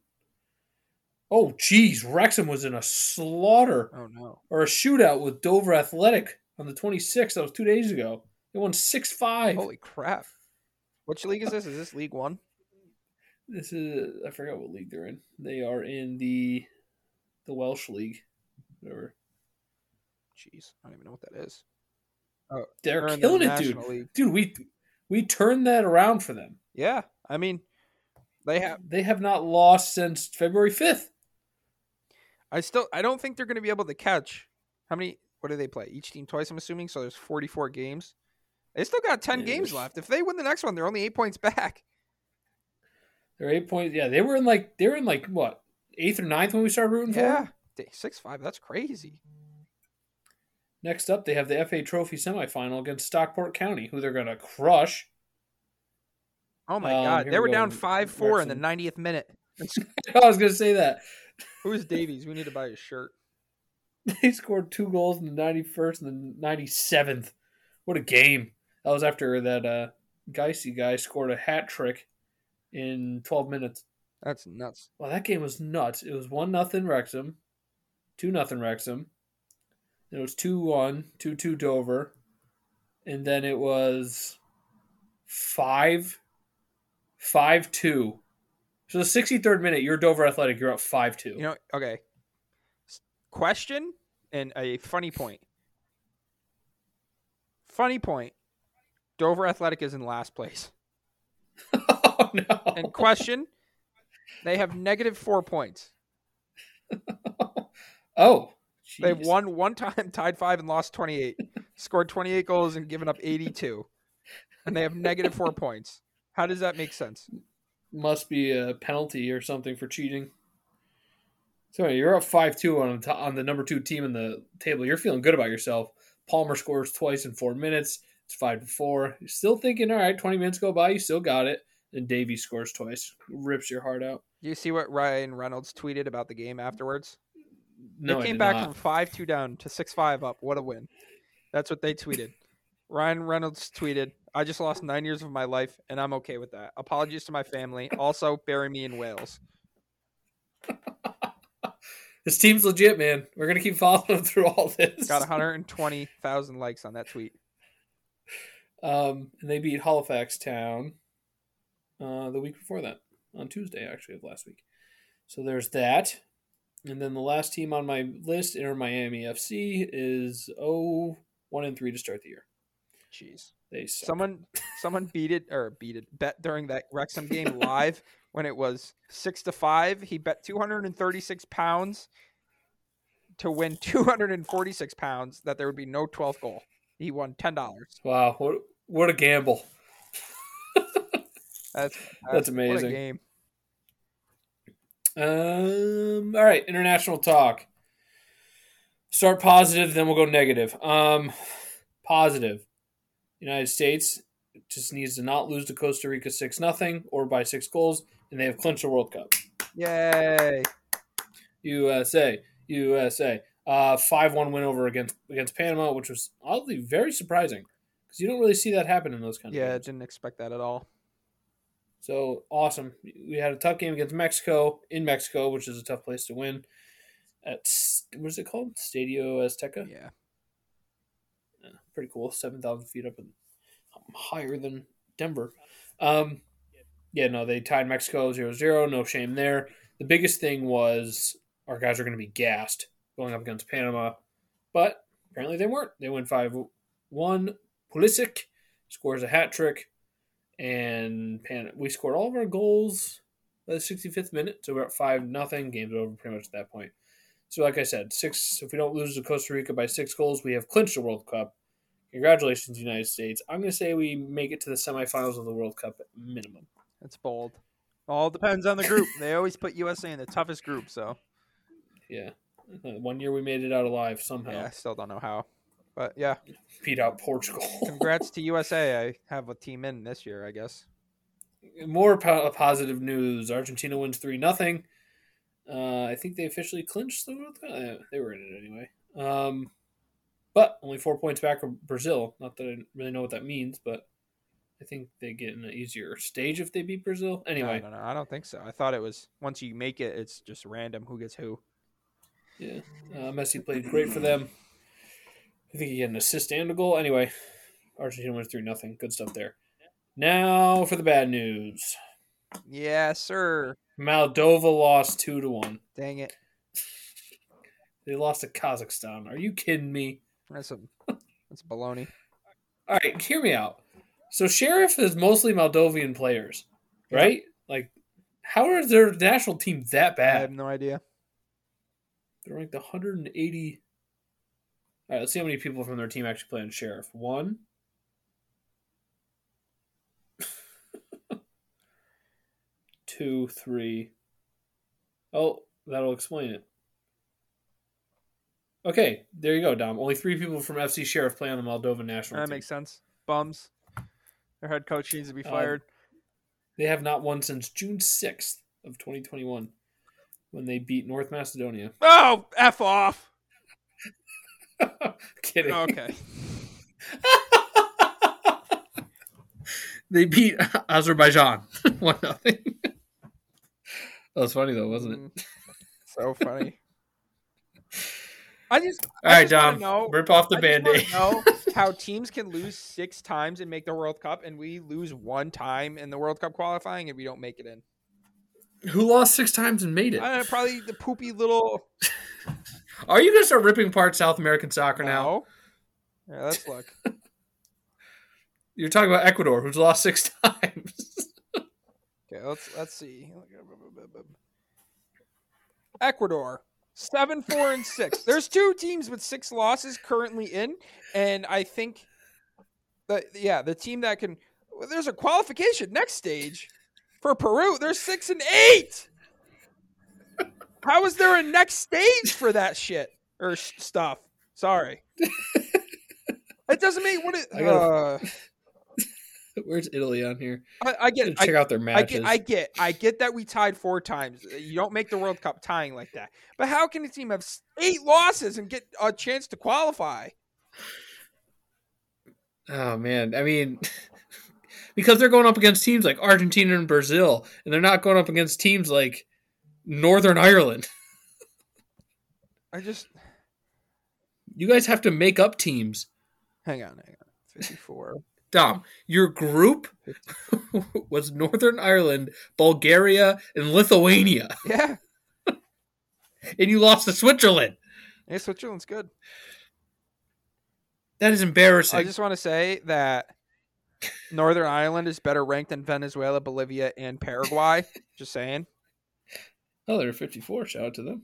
A: Oh, geez, Wrexham was in a slaughter
B: Oh no.
A: or a shootout with Dover Athletic on the 26th. That was two days ago. They won six five.
B: Holy crap. Which league is this? Is this League One?
A: This is I forgot what league they're in. They are in the the Welsh league. Whatever.
B: Jeez, I don't even know what that is.
A: They're
B: They're in the
A: killing it, dude.
B: National League.
A: Dude, we we turned that around for them.
B: Yeah, I mean, they have.
A: They have not lost since February fifth.
B: I still. I don't think they're going to be able to catch. How many? What do they play? Each team twice. I'm assuming. So there's 44 games. They still got 10
A: Yeah,
B: games
A: there's-
B: left. If they win the next one, they're only eight points back.
A: They're eight points. Yeah, they were in like they were in like what eighth or ninth when we started rooting for
B: Yeah,
A: them.
B: six five. That's crazy.
A: Next up, they have the FA Trophy semifinal against Stockport County, who they're gonna crush.
B: Oh my
A: Um,
B: god,
A: here
B: they
A: we
B: were
A: go.
B: down five four in the
A: Wrexham.
B: 90th minute.
A: I was gonna say that
B: Who's Davies? We need to buy his shirt.
A: they scored two goals in the ninety first and the ninety seventh. What a game! That was after that uh, Geisy guy scored a hat trick in twelve minutes.
B: That's nuts.
A: Wow, that game was nuts. It was one nothing Wrexham, two nothing Wrexham. Then it was 2-1, 2-2 Dover, and then it was five, five two. So the sixty third minute, you're Dover Athletic. You're up five two.
B: You know. Okay. S- Question and a funny point. Funny point. Dover Athletic is in last place.
A: oh no!
B: and question they have negative four points
A: oh,
B: they've
A: jeez.
B: won one time tied five and lost 28 scored 28 goals and given up 82 and they have negative four points how does that make sense
A: must be a penalty or something for cheating. So anyway, you're up five two on the- on the number two team in the table. You're feeling good about yourself. Palmer scores twice in four minutes. It's five to four. You're still thinking, all right, twenty minutes go by, you still got it. And Davey scores twice, rips your heart out.
B: do you see what ryan reynolds tweeted about the game afterwards
A: No,
B: they
A: I
B: came
A: did
B: back
A: not.
B: from 5-2 down to 6-5 up what a win that's what they tweeted ryan reynolds tweeted i just lost nine years of my life and i'm okay with that apologies to my family also bury me in wales
A: This team's legit, man. We're gonna keep following them through all this.
B: Got 120,000 likes on that tweet.
A: Um, and they beat Halifax Town uh, the week before that, on Tuesday actually of last week. So there's that. And then the last team on my list, Inter Miami FC, is 0 1 and 3 to start the year.
B: Jeez.
A: They suck.
B: Someone someone beat it or beat it bet during that Wrexham game live when it was six to five. He bet two hundred and thirty six pounds to win two hundred and forty six pounds that there would be no twelfth goal. He won ten dollars.
A: Wow, what what a gamble.
B: That's,
A: That's
B: what a
A: amazing.
B: game.
A: Um, all right, international talk. Start positive, then we'll go negative. Um, positive. United States just needs to not lose to Costa Rica six nothing or by six goals, and they have clinched the World Cup.
B: Yay.
A: USA, USA. Uh, five one win over against against Panama, which was oddly very surprising because you don't really see that happen in those countries.
B: Yeah, didn't expect that at all.
A: So awesome. We had a tough game against Mexico in Mexico, which is a tough place to win. At S- what is it called? Stadio Azteca.
B: Yeah.
A: Yeah, pretty cool. Seven thousand feet up and higher than Denver. Um, yeah, no, they tied Mexico 0-0. No shame there. The biggest thing was our guys are going to be gassed going up against Panama, but apparently they weren't. They went five one. Pulisic scores a hat trick, and Pan- we scored all of our goals by the 65th minute, so we're at five nothing. Game's over pretty much at that point. So, like I said, six. If we don't lose to Costa Rica by six goals, we have clinched the World Cup. Congratulations, United States. I'm going to say we make it to the semifinals of the World Cup at minimum.
B: It's bold. All depends on the group. They always put USA in the toughest group, so
A: Yeah. Uh, One year we made it out alive somehow.
B: yeah, I still don't know how. But yeah,
A: Beat out Portugal.
B: congrats to USA. I have a team in this year, I guess.
A: More po- positive news Argentina wins 3 0. Uh, I think they officially clinched the World Cup. Uh, they were in it anyway. Um, but only four points back of Brazil. Not that I really know what that means, but I think they get in an easier stage if they beat Brazil.
B: I
A: Anyway,
B: don't know. I don't think so. I thought it was once you make it, it's just random who gets who.
A: Yeah, uh, Messi played great for them. I think he had an assist and a goal. Anyway, Argentina wins three nothing. Good stuff there. Now for the bad news:
B: Yeah, sir.
A: Moldova lost two to one.
B: Dang it.
A: They lost to Kazakhstan. Are you kidding me?
B: That's some that's baloney.
A: All right, hear me out. So Sheriff is mostly Moldovan players, right? Like, how is their national team that
B: I have
A: bad?
B: no idea.
A: They're ranked 180. All right, let's see how many people from their team actually play in Sheriff. One, two, three. Oh, that'll explain it. Okay, there you go, Dom. Only three people from FC Sheriff play on the Moldovan national
B: That
A: team.
B: makes sense. Bums. Their head coach needs to be
A: Um,
B: fired.
A: They have not won since June 6th of 2021 when they beat North Macedonia.
B: oh, F off.
A: Kidding.
B: Okay.
A: they beat Azerbaijan one nothing. That was funny though, wasn't it?
B: Mm. So funny. I just
A: All right,
B: just wanna
A: Dom,
B: know-
A: rip off the
B: I just
A: band aid.
B: wanna know how teams can lose six times and make the World Cup, and we lose one time in the World Cup qualifying, and we don't make it in.
A: Who lost six times and made it?
B: I don't know, probably the poopy little.
A: Are you gonna start ripping apart South American soccer now?
B: No. Yeah, that's luck.
A: You're talking about Ecuador, who's lost six times.
B: Okay, let's let's see. Ecuador. Seven, four, and six. There's two teams with six losses currently in, and I think that yeah, the team that can well, there's a qualification next stage for Peru. They're six and eight. How is there a next stage for that shit or s- stuff? Sorry, it doesn't mean what it.
A: I gotta-
B: uh,
A: Where's Italy on here?
B: I, I get. I
A: Check out their
B: I
A: matches.
B: get, I get, I get that we tied four times. Uh, You don't make the World Cup tying like that. But how can a team have s- eight losses and get a chance to qualify?
A: Oh man, I mean, because they're going up against teams like Argentina and Brazil, and they're not going up against teams like Northern Ireland.
B: I just
A: You guys have to make up teams.
B: hang on, hang on. 54.
A: Dom, your group was Northern Ireland, Bulgaria, and Lithuania,
B: yeah.
A: and you lost to Switzerland.
B: Yeah, Switzerland's good.
A: That is embarrassing.
B: I just want to say that Northern Ireland is better ranked than Venezuela, Bolivia, and Paraguay. just saying.
A: oh, they're 54. Shout out to them.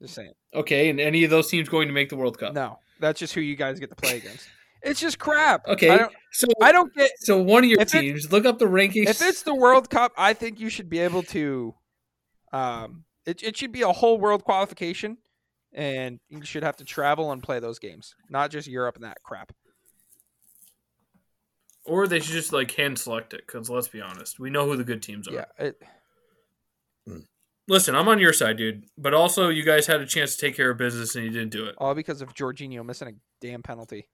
B: Just saying.
A: Okay, and any of those teams going to make the World Cup?
B: No, that's just who you guys get to play against. It's just crap.
A: Oh. Okay,
B: I don't,
A: so
B: I don't get.
A: so one of your
B: If it-
A: teams. look up the rankings.
B: If it's the World Cup, I think you should be able to. Um, it, it should be a whole world qualification, and you should have to travel and play those games, not just Europe and that crap.
A: or they should just like hand select it. Because let's be honest, we know who the good teams are.
B: Yeah, it,
A: Listen, I'm on your side, dude. But also, you guys had a chance to take care of business and you didn't do it.
B: all because of Jorginho missing a damn penalty,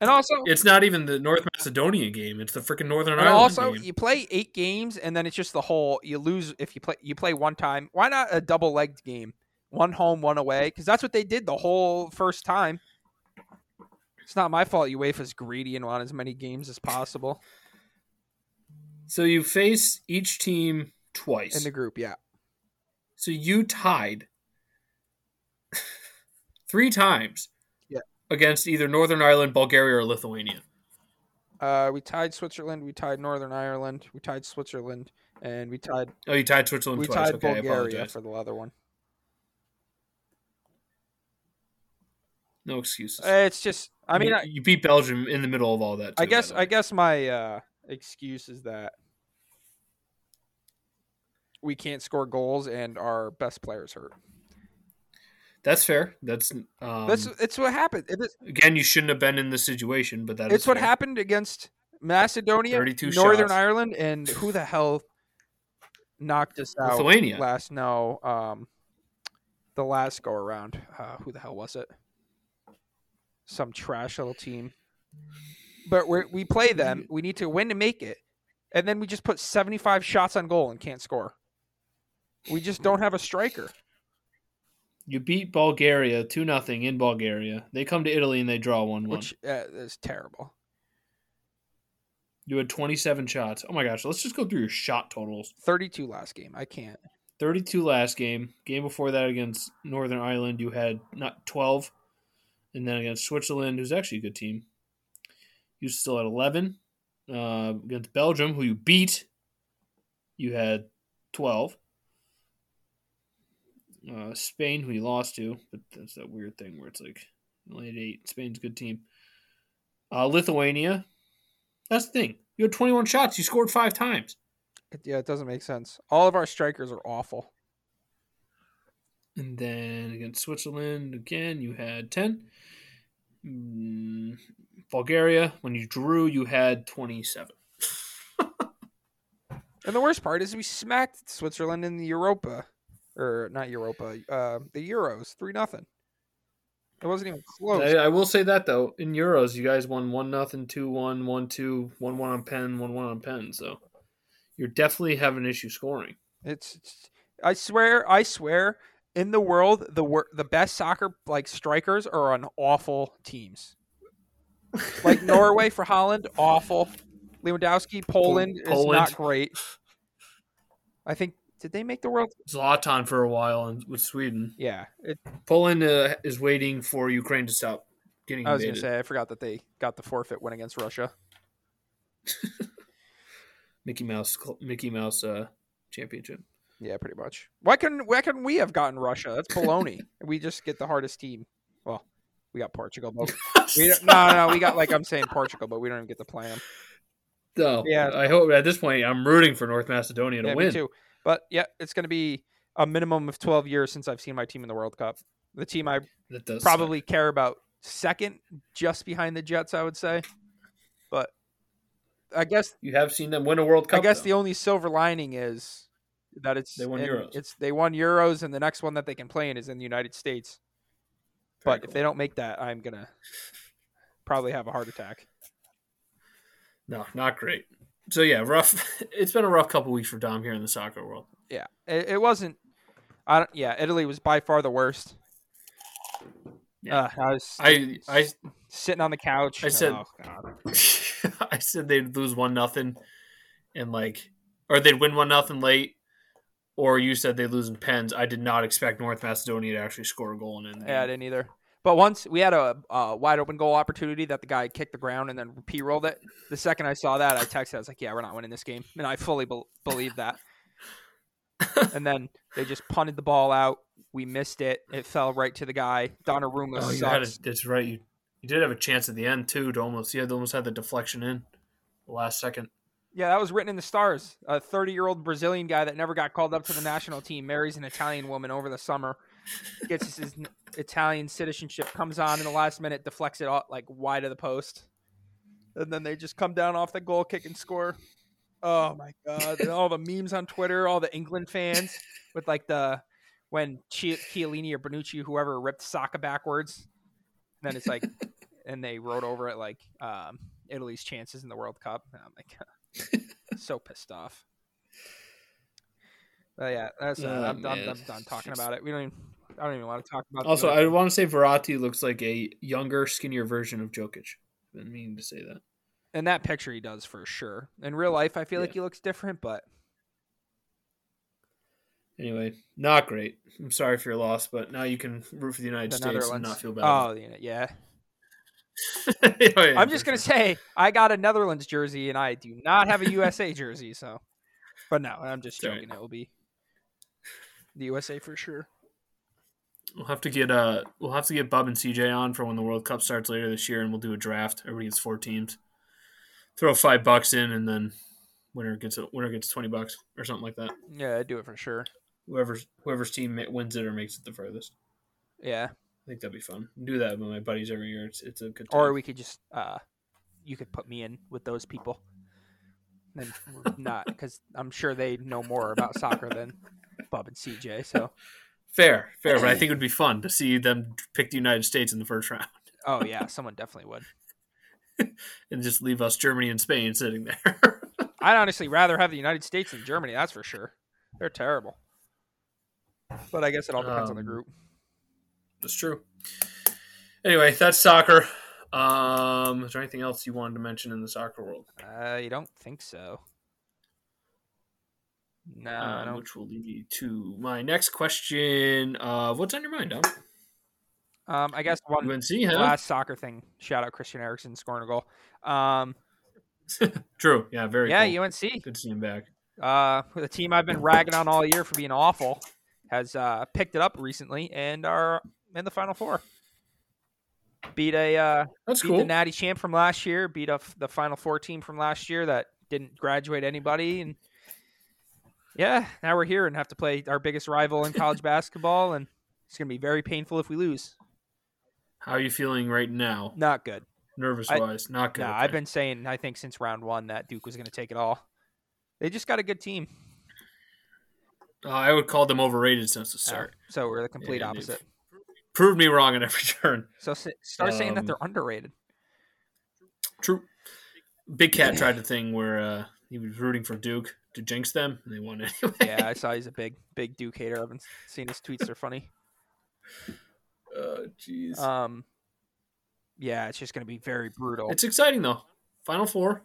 B: and also
A: It's not even the North Macedonia game. It's the freaking Northern
B: And
A: Ireland
B: also,
A: game.
B: you play eight games, and then it's just the whole. You lose if you play. You play one time. Why not a double-legged game? One home, one away. Because that's what they did the whole first time. It's not my fault. UEFA's greedy and want as many games as possible
A: So you face each team
B: in
A: twice.
B: the group. Yeah,
A: so you tied three times
B: Yeah.
A: against either Northern Ireland, Bulgaria, or Lithuania.
B: uh, we tied Switzerland. We tied Northern Ireland. We tied Switzerland, and we tied
A: Oh, you tied Switzerland
B: we
A: twice.
B: tied
A: okay, I
B: Bulgaria
A: apologize.
B: for the other one.
A: No excuses.
B: It's just. Eh, I mean,
A: you,
B: I,
A: you beat Belgium in the middle of all that. Too,
B: I guess.
A: by the way.
B: I guess my uh, excuse is that we can't score goals and our best players hurt.
A: that's fair. That's um,
B: That's it's what happened. It is,
A: again, you shouldn't have been in this situation, but that
B: it's
A: is
B: what
A: fair.
B: happened against Macedonia,
A: 32
B: Northern
A: shots.
B: Ireland, and who the hell knocked us out
A: Lithuania.
B: last? No, um, the last go around. Uh, who the hell was it? Some trash little team. But we we play them. We need to win to make it, and then we just put seventy five shots on goal and can't score. We just don't have a striker.
A: You beat Bulgaria two nothing in Bulgaria. They come to Italy and they draw one one.
B: which uh, is terrible.
A: You had twenty seven shots. Oh my gosh, let's just go through your shot totals.
B: 32 last game. I can't.
A: Thirty two last game. Game before that against Northern Ireland, you had not twelve, and then against Switzerland, who's actually a good team, you still had eleven. Uh, against Belgium, who you beat, you had twelve. Uh, Spain, who you lost to, but that's that weird thing where it's like you only had eight. Spain's a good team. Uh, Lithuania, that's the thing. You had 21 shots. You scored five times.
B: It, yeah, it doesn't make sense. All of our strikers are awful.
A: And then against Switzerland, again, you had 10. Mm, Bulgaria, when you drew, you had 27.
B: And the worst part is we smacked Switzerland in the Europa, or not Europa, uh, the Euros, three nothing. It wasn't even close.
A: I, I will say that, though. In Euros, you guys won 1 nothing, 2 1, 1 2, 1 1 on pen, 1 1 on pen. So you're definitely having issue scoring.
B: It's, it's- I swear, I swear, in the world, the wor- the best soccer like strikers are on awful teams. Like Norway for Holland, awful. Lewandowski, Poland,
A: Poland.
B: is not great. I think did they make the world?
A: Zlatan for a while in, with Sweden.
B: Yeah, it,
A: Poland uh, is waiting for Ukraine to stop getting
B: I was gonna
A: invaded.
B: say I forgot that they got the forfeit win against Russia.
A: Mickey Mouse, Mickey Mouse uh, championship.
B: Yeah, pretty much. Why couldn't why couldn't we have gotten Russia? That's baloney. we just get the hardest team. Well, we got Portugal, but we don't, no, no, we got like I'm saying Portugal, but we don't even get to play them.
A: No,
B: Yeah.
A: I hope at this point I'm rooting for North Macedonia to
B: Yeah, me
A: win.
B: too. But yeah, it's going to be a minimum of 12 years since I've seen my team in the World Cup. The team I
A: That does
B: probably care about second, just behind the Jets, I would say. But I guess
A: suck. you have seen them win a World Cup.
B: I guess
A: though.
B: the only silver lining is that it's
A: They won
B: in-
A: Euros.
B: It's they won Euros, and the next one that they can play in is in the United States.
A: Very
B: but if
A: cool.
B: they don't make that, I'm gonna probably have a heart attack.
A: no, not great. So yeah, rough. It's been a rough couple weeks for Dom here in the soccer world.
B: Yeah, it, it wasn't. I don't, yeah, Italy was by far the worst.
A: Yeah.
B: Uh, I was
A: I I
B: sitting on the couch.
A: I said-
B: oh, God.
A: I said they'd lose one nothing, and like, or they'd win one nothing late, or you said they lose in pens. I did not expect North Macedonia to actually score a goal and end. the
B: yeah, I
A: game.
B: didn't either. But once we had a, uh wide open goal opportunity that the guy kicked the ground and then p rolled it. The second I saw that, I texted. I was like, "Yeah, we're not winning this game," and I fully bel believe that. and then they just punted the ball out. We missed it. It fell right to the guy. Donnarumma
A: Oh, you had a,
B: sucks.
A: that's right. You you did have a chance at the end too. To almost you had almost had the deflection in the last second.
B: Yeah, that was written in the stars. A 30 year old Brazilian guy that never got called up to the national team marries an Italian woman over the summer, gets his n- Italian citizenship, comes on in the last minute, deflects it all, like wide of the post. And then they just come down off the goal kick and score. Oh my God. And all the memes on Twitter, all the England fans with like the when Chi- Chiellini or Bonucci, whoever, ripped Saka backwards. And then it's like, and they wrote over it like um, Italy's chances in the World Cup. And I'm like, so pissed off. But yeah, that's uh,
A: Oh,
B: I'm, done,
A: man.
B: I'm done talking about it. We don't. Even, I don't even want to talk about.
A: Also,
B: it.
A: I want to say Verratti looks like a younger, skinnier version of Jokic. I've been meaning to say that.
B: in that picture, he does for sure. In real life, I feel like
A: Yeah.
B: he looks different, but
A: Anyway, not great. I'm sorry for your loss, but now you can root for the United
B: the
A: States and
B: Netherlands.
A: not feel bad.
B: oh, yeah, yeah.
A: Oh, yeah,
B: I'm
A: for
B: just gonna
A: sure.
B: say I got a Netherlands jersey, and I do not have a USA jersey. So, but no, I'm just
A: Sorry.
B: joking. It will be the USA for sure.
A: We'll have to get uh we'll have to get Bub and CJ on for when the World Cup starts later this year, and we'll do a draft. Everybody gets four teams. Throw five bucks in, and then winner gets a, winner gets twenty bucks or something like that.
B: Yeah, I do it for sure.
A: Whoever's whoever's team ma- wins it or makes it the furthest.
B: Yeah,
A: I think that'd be fun. do that with my buddies every year. It's, it's a good time.
B: or we could just uh you could put me in with those people and we're not because i'm sure they know more about soccer than bob and cj so
A: fair, fair, but I think it would be fun to see them pick the United States in the first round
B: oh yeah someone definitely would
A: and just leave us Germany and Spain sitting there.
B: i'd honestly rather have the united states than germany that's for sure they're terrible but i guess it all depends on the
A: Um,
B: group
A: That's true. Anyway, that's soccer. Um, is there anything else you wanted to mention in the soccer world?
B: i don't think so Uh, no i
A: Um,
B: don't
A: which will lead me to my next question. Uh, what's on your mind, Dom?
B: um i guess one
A: UNC, huh?
B: last soccer thing shout out christian erickson scoring a goal um
A: True. Yeah, very
B: yeah
A: cool.
B: unc
A: Good seeing him back.
B: uh, the team I've been ragging on all year for being awful has uh, picked it up recently and are in the final four. Beat a uh,
A: That's
B: beat
A: cool.
B: the Natty champ from last year. Beat a f the final four team from last year that didn't graduate anybody, and yeah, now we're here and have to play our biggest rival in college basketball, and it's going to be very painful if we lose.
A: How are you feeling right now?
B: Not good.
A: Nervous
B: I-
A: wise, not good.
B: Nah,
A: okay.
B: I've been saying I think since round one that Duke was going to take it all. They just got a good team,
A: Uh, I would call them overrated since the
B: uh,
A: start.
B: so we're the complete
A: Yeah, they've-
B: opposite.
A: Proved me wrong at every turn.
B: So s- start saying that
A: Um,
B: they're underrated.
A: True. Big Cat tried the thing where uh, he was rooting for Duke to jinx them, and they won anyway.
B: Yeah, I saw he's a big, big Duke hater. I've been seeing his tweets; they're funny.
A: Oh, jeez.
B: Um, yeah, it's just gonna be very brutal.
A: It's exciting though. Final four.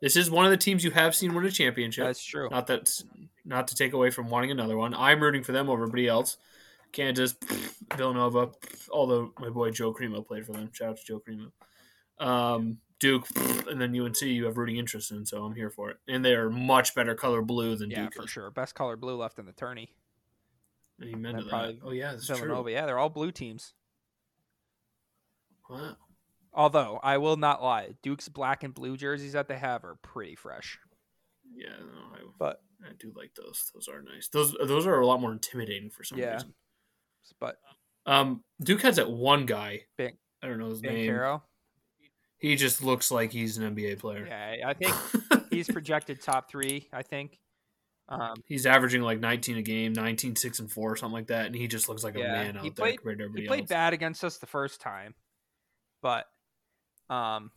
A: This is one of the teams you have seen win a championship.
B: That's true.
A: not that's not to take away from wanting another one. I'm rooting for them over everybody else. Kansas, Villanova, although my boy Joe Cremo played for them. Shout out to Joe Cremo. Um, Duke, and then UNC you have rooting interest in, so I'm here for it. And they are much better color blue than
B: Yeah,
A: Duke.
B: for
A: is.
B: sure. Best color blue left in the tourney.
A: Amen
B: And
A: to that.
B: probably
A: Oh yeah, that's
B: Villanova.
A: true.
B: Yeah, they're all blue teams.
A: Wow.
B: Although I will not lie, Duke's black and blue jerseys that they have are pretty fresh.
A: Yeah, no,
B: But
A: I, I do like those. Those are nice. Those those are a lot more intimidating for some
B: Yeah.
A: reason.
B: but
A: Um, Duke has that one guy.
B: Ban-
A: I don't know his name.
B: Bancaro,
A: He just looks like he's an NBA player.
B: yeah, I think he's projected top three. I think. Um,
A: he's averaging like 19 a game, 19, 6 and 4, something like that. And he just looks like
B: Yeah,
A: a man out
B: he
A: there
B: played-
A: compared to everybody
B: he played
A: else.
B: bad against us the first time, but um,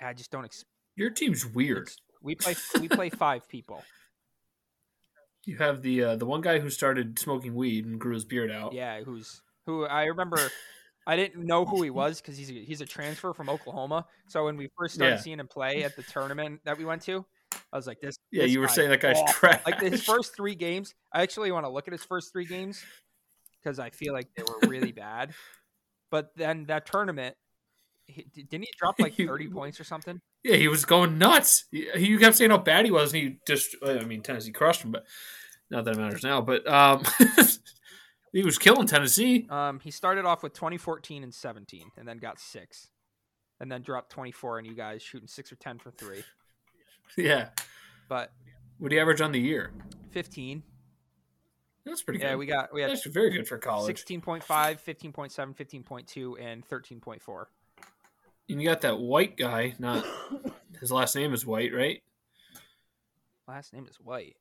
B: I just don't. Ex-
A: Your team's weird.
B: it's- we play we play five people.
A: You have the uh, the one guy who started smoking weed and grew his beard out.
B: Yeah, who's who I remember I didn't know who he was because he's a, he's a transfer from Oklahoma. So when we first started
A: Yeah.
B: seeing him play at the tournament that we went to, I was like, "This."
A: Yeah,
B: this
A: you were
B: guy's
A: saying that guy's
B: awful.
A: trash.
B: Like his first three games, I actually want to look at his first three games because I feel like they were really bad. But then that tournament, he, didn't he drop like
A: You-
B: thirty points or something?
A: Yeah, he was going nuts. He- You kept saying how bad he was, and he just, I mean, Tennessee crushed him, but not that it matters now. But um, he was killing Tennessee.
B: Um, he started off with 2014 and 17, and then got six, and then dropped 24. And you guys shooting six or ten for three,
A: Yeah.
B: but
A: What he average on the year?
B: 15.
A: That's pretty
B: Yeah,
A: good.
B: we got we had
A: That's very good for college.
B: 16.5, 15.7, 15.2, and 13.4.
A: And you got that white guy, not his last name is White, right?
B: Last name is White.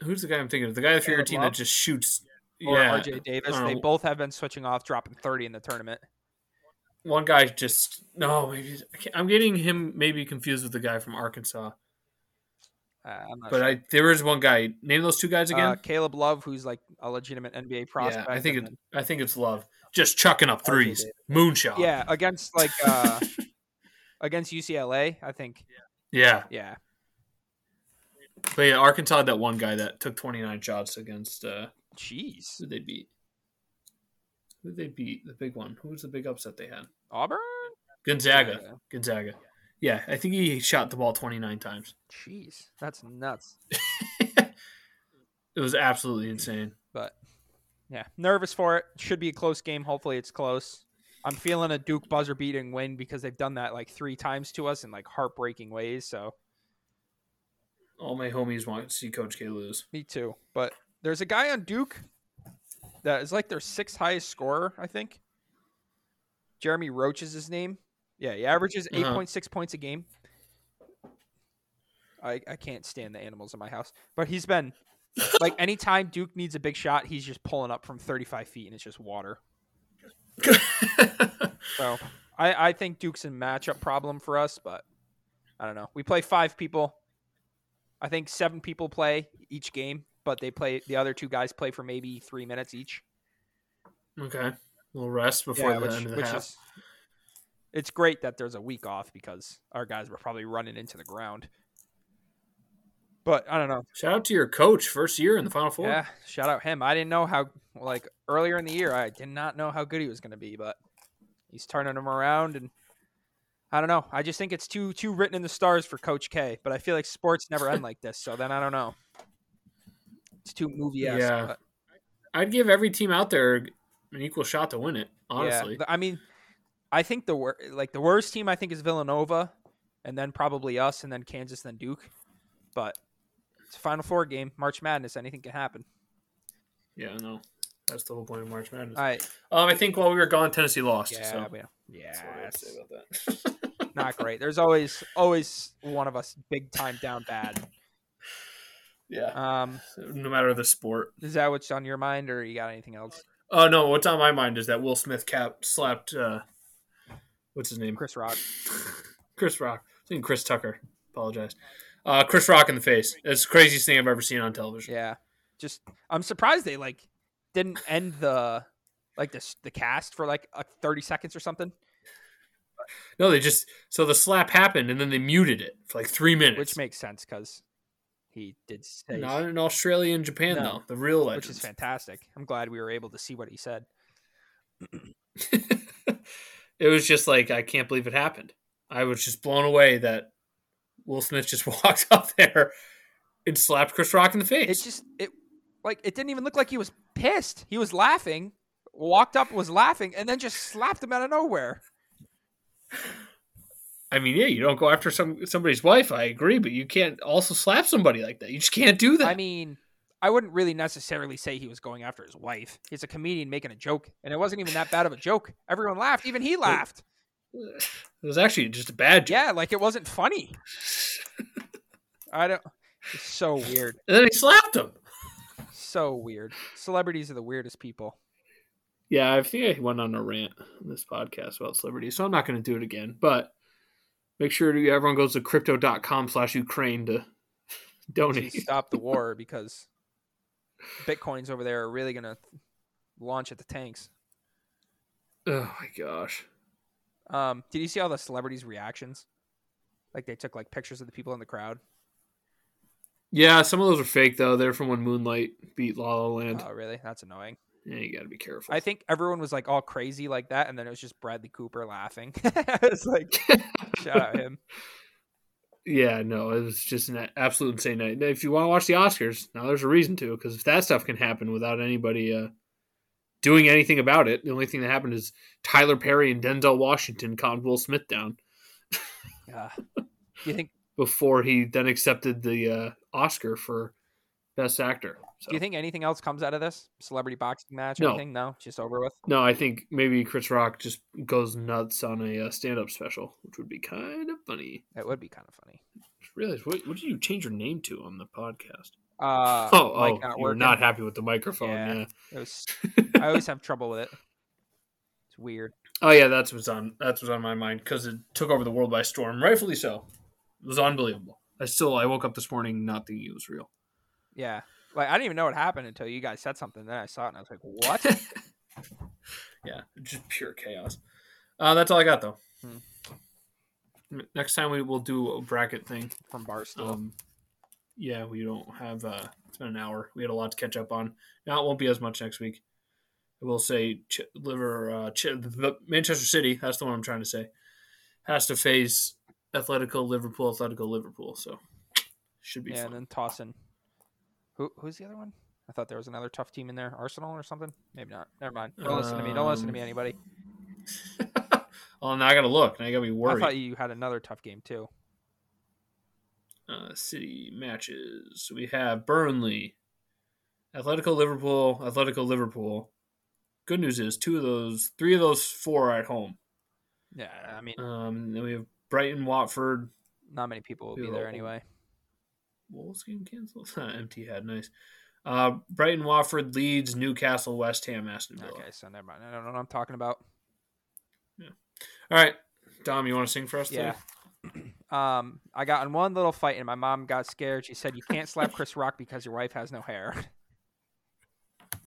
A: Who's the guy I'm thinking of? The guy for your
B: Caleb
A: team
B: Love?
A: that just shoots.
B: Or
A: yeah.
B: RJ Davis.
A: Uh,
B: They both have been switching off, dropping 30 in the tournament.
A: One guy just, no, maybe. I can't- I'm getting him maybe confused with the guy from Arkansas.
B: Uh, I'm not
A: But
B: sure.
A: I there is one guy. Name those two guys again.
B: Uh, Caleb Love, who's like a legitimate NBA prospect.
A: Yeah, I think
B: and
A: it's I think it's love. Just chucking up
B: RJ
A: threes,
B: Davis.
A: moonshot.
B: then- yeah, against like uh, against UCLA, I think.
A: yeah.
B: Yeah,
A: But yeah, Arkansas had that one guy that took 29 shots against. Uh,
B: jeez,
A: who did they beat? Who did they beat? The big one. Who was the big upset they had?
B: Auburn,
A: Gonzaga.
B: Gonzaga.
A: Gonzaga. Yeah, I think he shot the ball 29 times.
B: jeez, that's nuts.
A: It was absolutely insane.
B: But yeah, nervous for it. Should be a close game. Hopefully, it's close. I'm feeling a Duke buzzer beating win because they've done that like three times to us in like heartbreaking ways. So
A: All my homies want to see Coach K lose.
B: me too. But there's a guy on Duke that is like their sixth highest scorer, I think. Jeremy Roach is his name. Yeah, he averages
A: Uh-huh.
B: 8.6 points a game. I, I can't stand the animals in my house. But he's been like anytime Duke needs a big shot, he's just pulling up from 35 feet and it's just water. So I, I think Duke's a matchup problem for us, but I don't know. We play five people. I think seven people play each game, but they play the other two guys play for maybe three minutes each.
A: okay. A little rest before the
B: which,
A: end of the
B: which
A: half.
B: is it's great that there's a week off because our guys were probably running into the ground. But I don't know.
A: Shout out to your coach, first year in the Final Four.
B: Yeah, shout out him. I didn't know how like earlier in the year I did not know how good he was going to be, but he's turning him around and I don't know. I just think it's too too written in the stars for Coach K, but I feel like sports never end like this. So then I don't know. It's too movie
A: Yeah,
B: Yeah,
A: I'd give every team out there an equal shot to win it. Honestly,
B: th- I mean, I think the wor- like the worst team I think is Villanova, and then probably us, and then Kansas, then Duke. But it's a Final Four game, March Madness. Anything can happen.
A: yeah, no, that's the whole point of March Madness.
B: All right.
A: Um, I think while we were gone, Tennessee lost.
B: Uh, Yeah.
A: so
B: we- yeah.
A: that's what I have to say about that.
B: not great. There's always always one of us big time down bad.
A: Yeah,
B: Um,
A: no matter the sport.
B: is that what's on your mind, or you got anything else?
A: Oh no, what's on my mind is that Will Smith cap slapped. Uh, what's his name?
B: Chris Rock.
A: Chris Rock. I think Chris Tucker. Apologize. Uh, Chris Rock in the face. It's the craziest thing I've ever seen on television.
B: Yeah, just I'm surprised they like didn't end the like the s- the cast for like uh, 30 seconds or something,
A: No, they just so the slap happened and then they muted it for like three minutes.
B: which makes sense because he did say,
A: not in Australia and Japan
B: No.
A: though. The real legends.
B: which is fantastic. I'm glad we were able to see what he said.
A: it was just like I can't believe it happened. I was just blown away that Will Smith just walked up there and slapped Chris Rock in the face.
B: It just it like it didn't even look like he was pissed. He was laughing, walked up, was laughing, and then just slapped him out of nowhere.
A: I mean, yeah, you don't go after some somebody's wife. I agree, but you can't also slap somebody like that. You just can't do that.
B: I mean, I wouldn't really necessarily say he was going after his wife. He's a comedian making a joke, and it wasn't even that bad of a joke. Everyone laughed, even he laughed.
A: it was actually just a bad joke.
B: Yeah, like it wasn't funny. I don't. It's so weird.
A: And then he slapped him.
B: So weird. Celebrities are the weirdest people.
A: Yeah, I think I went on a rant on this podcast about celebrities, so I'm not going to do it again. But make sure you- everyone goes to crypto.com slash Ukraine to
B: To
A: donate.
B: stop the war because bitcoins over there are really gonna launch at the tanks.
A: Oh my gosh.
B: Um, did you see all the celebrities' reactions? Like they took like pictures of the people in the crowd.
A: Yeah, some of those are fake though. They're from when Moonlight beat La La Land.
B: Oh, really? That's annoying.
A: yeah, you got to be careful.
B: I think everyone was like all crazy like that, and then it was just Bradley Cooper laughing. it's like shout out him.
A: yeah, no, it was just an absolute insane night. If you want to watch the Oscars, now there's a reason to because if that stuff can happen without anybody uh, doing anything about it, the only thing that happened is Tyler Perry and Denzel Washington calmed Will Smith down
B: Uh, you think?
A: before he then accepted the uh, Oscar for Best Actor. So.
B: Do you think anything else comes out of this celebrity boxing match? or
A: No.
B: Anything? No, just over with.
A: No, I think maybe Chris Rock just goes nuts on a uh, stand-up special, which would be kind of funny.
B: That would be kind of funny.
A: Just realized what, what did you change your name to on the podcast?
B: Uh,
A: oh,
B: mic
A: oh,
B: not
A: you were
B: working.
A: not happy with the microphone.
B: Yeah.
A: yeah.
B: It was, I always have trouble with it. It's weird.
A: Oh yeah, that's what's on that's what's on my mind because it took over the world by storm, rightfully so. It was unbelievable. I still I woke up this morning not thinking it was real.
B: Yeah. Like I didn't even know what happened until you guys said something. Then I saw it and I was like, "What?"
A: Yeah, just pure chaos. Uh, that's all I got though.
B: Hmm.
A: N- Next time we will do a bracket thing.
B: From Barstool.
A: Um, yeah, we don't have. Uh, it's been an hour. We had a lot to catch up on. Now it won't be as much next week. I will say, Ch- liver uh, Ch- the Manchester City. That's the one I'm trying to say. Has to face Atletico Liverpool. Atletico Liverpool. So should be
B: yeah,
A: fun.
B: and then tossing. Who who's the other one? I thought there was another tough team in there, Arsenal or something. Maybe not. Never mind. Don't listen to me. Don't listen to me,
A: Um,
B: anybody.
A: oh, now I gotta look. Now I gotta be
B: I
A: worried.
B: thought you had another tough game too.
A: uh, city matches. We have Burnley, Atletico Liverpool, Atletico Liverpool. Good news is two of those, three of those four are at home.
B: Yeah, I mean,
A: Um, then we have Brighton, Watford.
B: not many people will be
A: Beautiful.
B: there anyway.
A: Wolves getting canceled. Empty head, nice. Uh, Brighton, Watford, Leeds, Newcastle, West Ham, Aston Villa.
B: Okay, so never mind. I don't know what I'm talking about.
A: All right, Dom, you want to sing for us?
B: Yeah.
A: today?
B: Um, I got in one little fight, and my mom got scared. She said, "You can't slap Chris Rock because your wife has no hair."